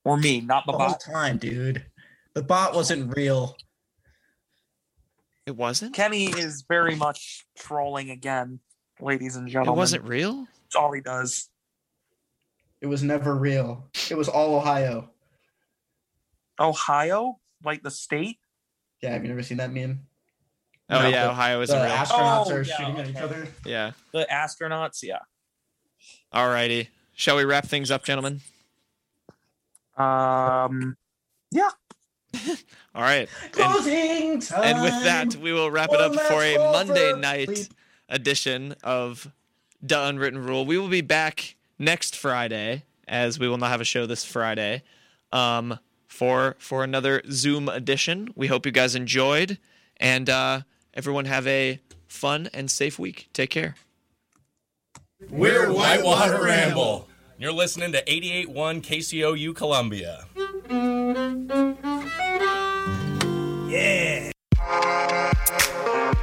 [SPEAKER 6] or me, not the
[SPEAKER 4] Oh.
[SPEAKER 5] The whole
[SPEAKER 6] bot.
[SPEAKER 5] time, dude. The bot wasn't real.
[SPEAKER 4] It wasn't.
[SPEAKER 6] Kenny is very much trolling again, ladies and
[SPEAKER 4] It
[SPEAKER 6] gentlemen.
[SPEAKER 4] wasn't real.
[SPEAKER 6] That's all he does.
[SPEAKER 5] It was never real. It was all Ohio.
[SPEAKER 6] Ohio, like the state.
[SPEAKER 5] Yeah, have you never seen that meme?
[SPEAKER 4] Oh
[SPEAKER 5] No,
[SPEAKER 4] yeah,
[SPEAKER 5] the-
[SPEAKER 4] Ohio
[SPEAKER 5] The
[SPEAKER 4] isn't real.
[SPEAKER 5] astronauts
[SPEAKER 6] Oh,
[SPEAKER 5] are
[SPEAKER 6] yeah,
[SPEAKER 5] shooting at each
[SPEAKER 6] okay.
[SPEAKER 5] other.
[SPEAKER 4] yeah.
[SPEAKER 6] The astronauts, yeah.
[SPEAKER 4] Alrighty. Shall we wrap things up, gentlemen?
[SPEAKER 6] Um,
[SPEAKER 4] All right. And,
[SPEAKER 5] Closing time.
[SPEAKER 4] and with that, we will wrap it up for a Monday night edition of The Unwritten Rule. We will be back next Friday, as we will not have a show this Friday, um, for for another Zoom edition. We hope you guys enjoyed, and uh, everyone have a fun and safe week. Take care.
[SPEAKER 13] We're Whitewater Ramble. You're listening to 88.1 KCOU Columbia.
[SPEAKER 2] Thank you.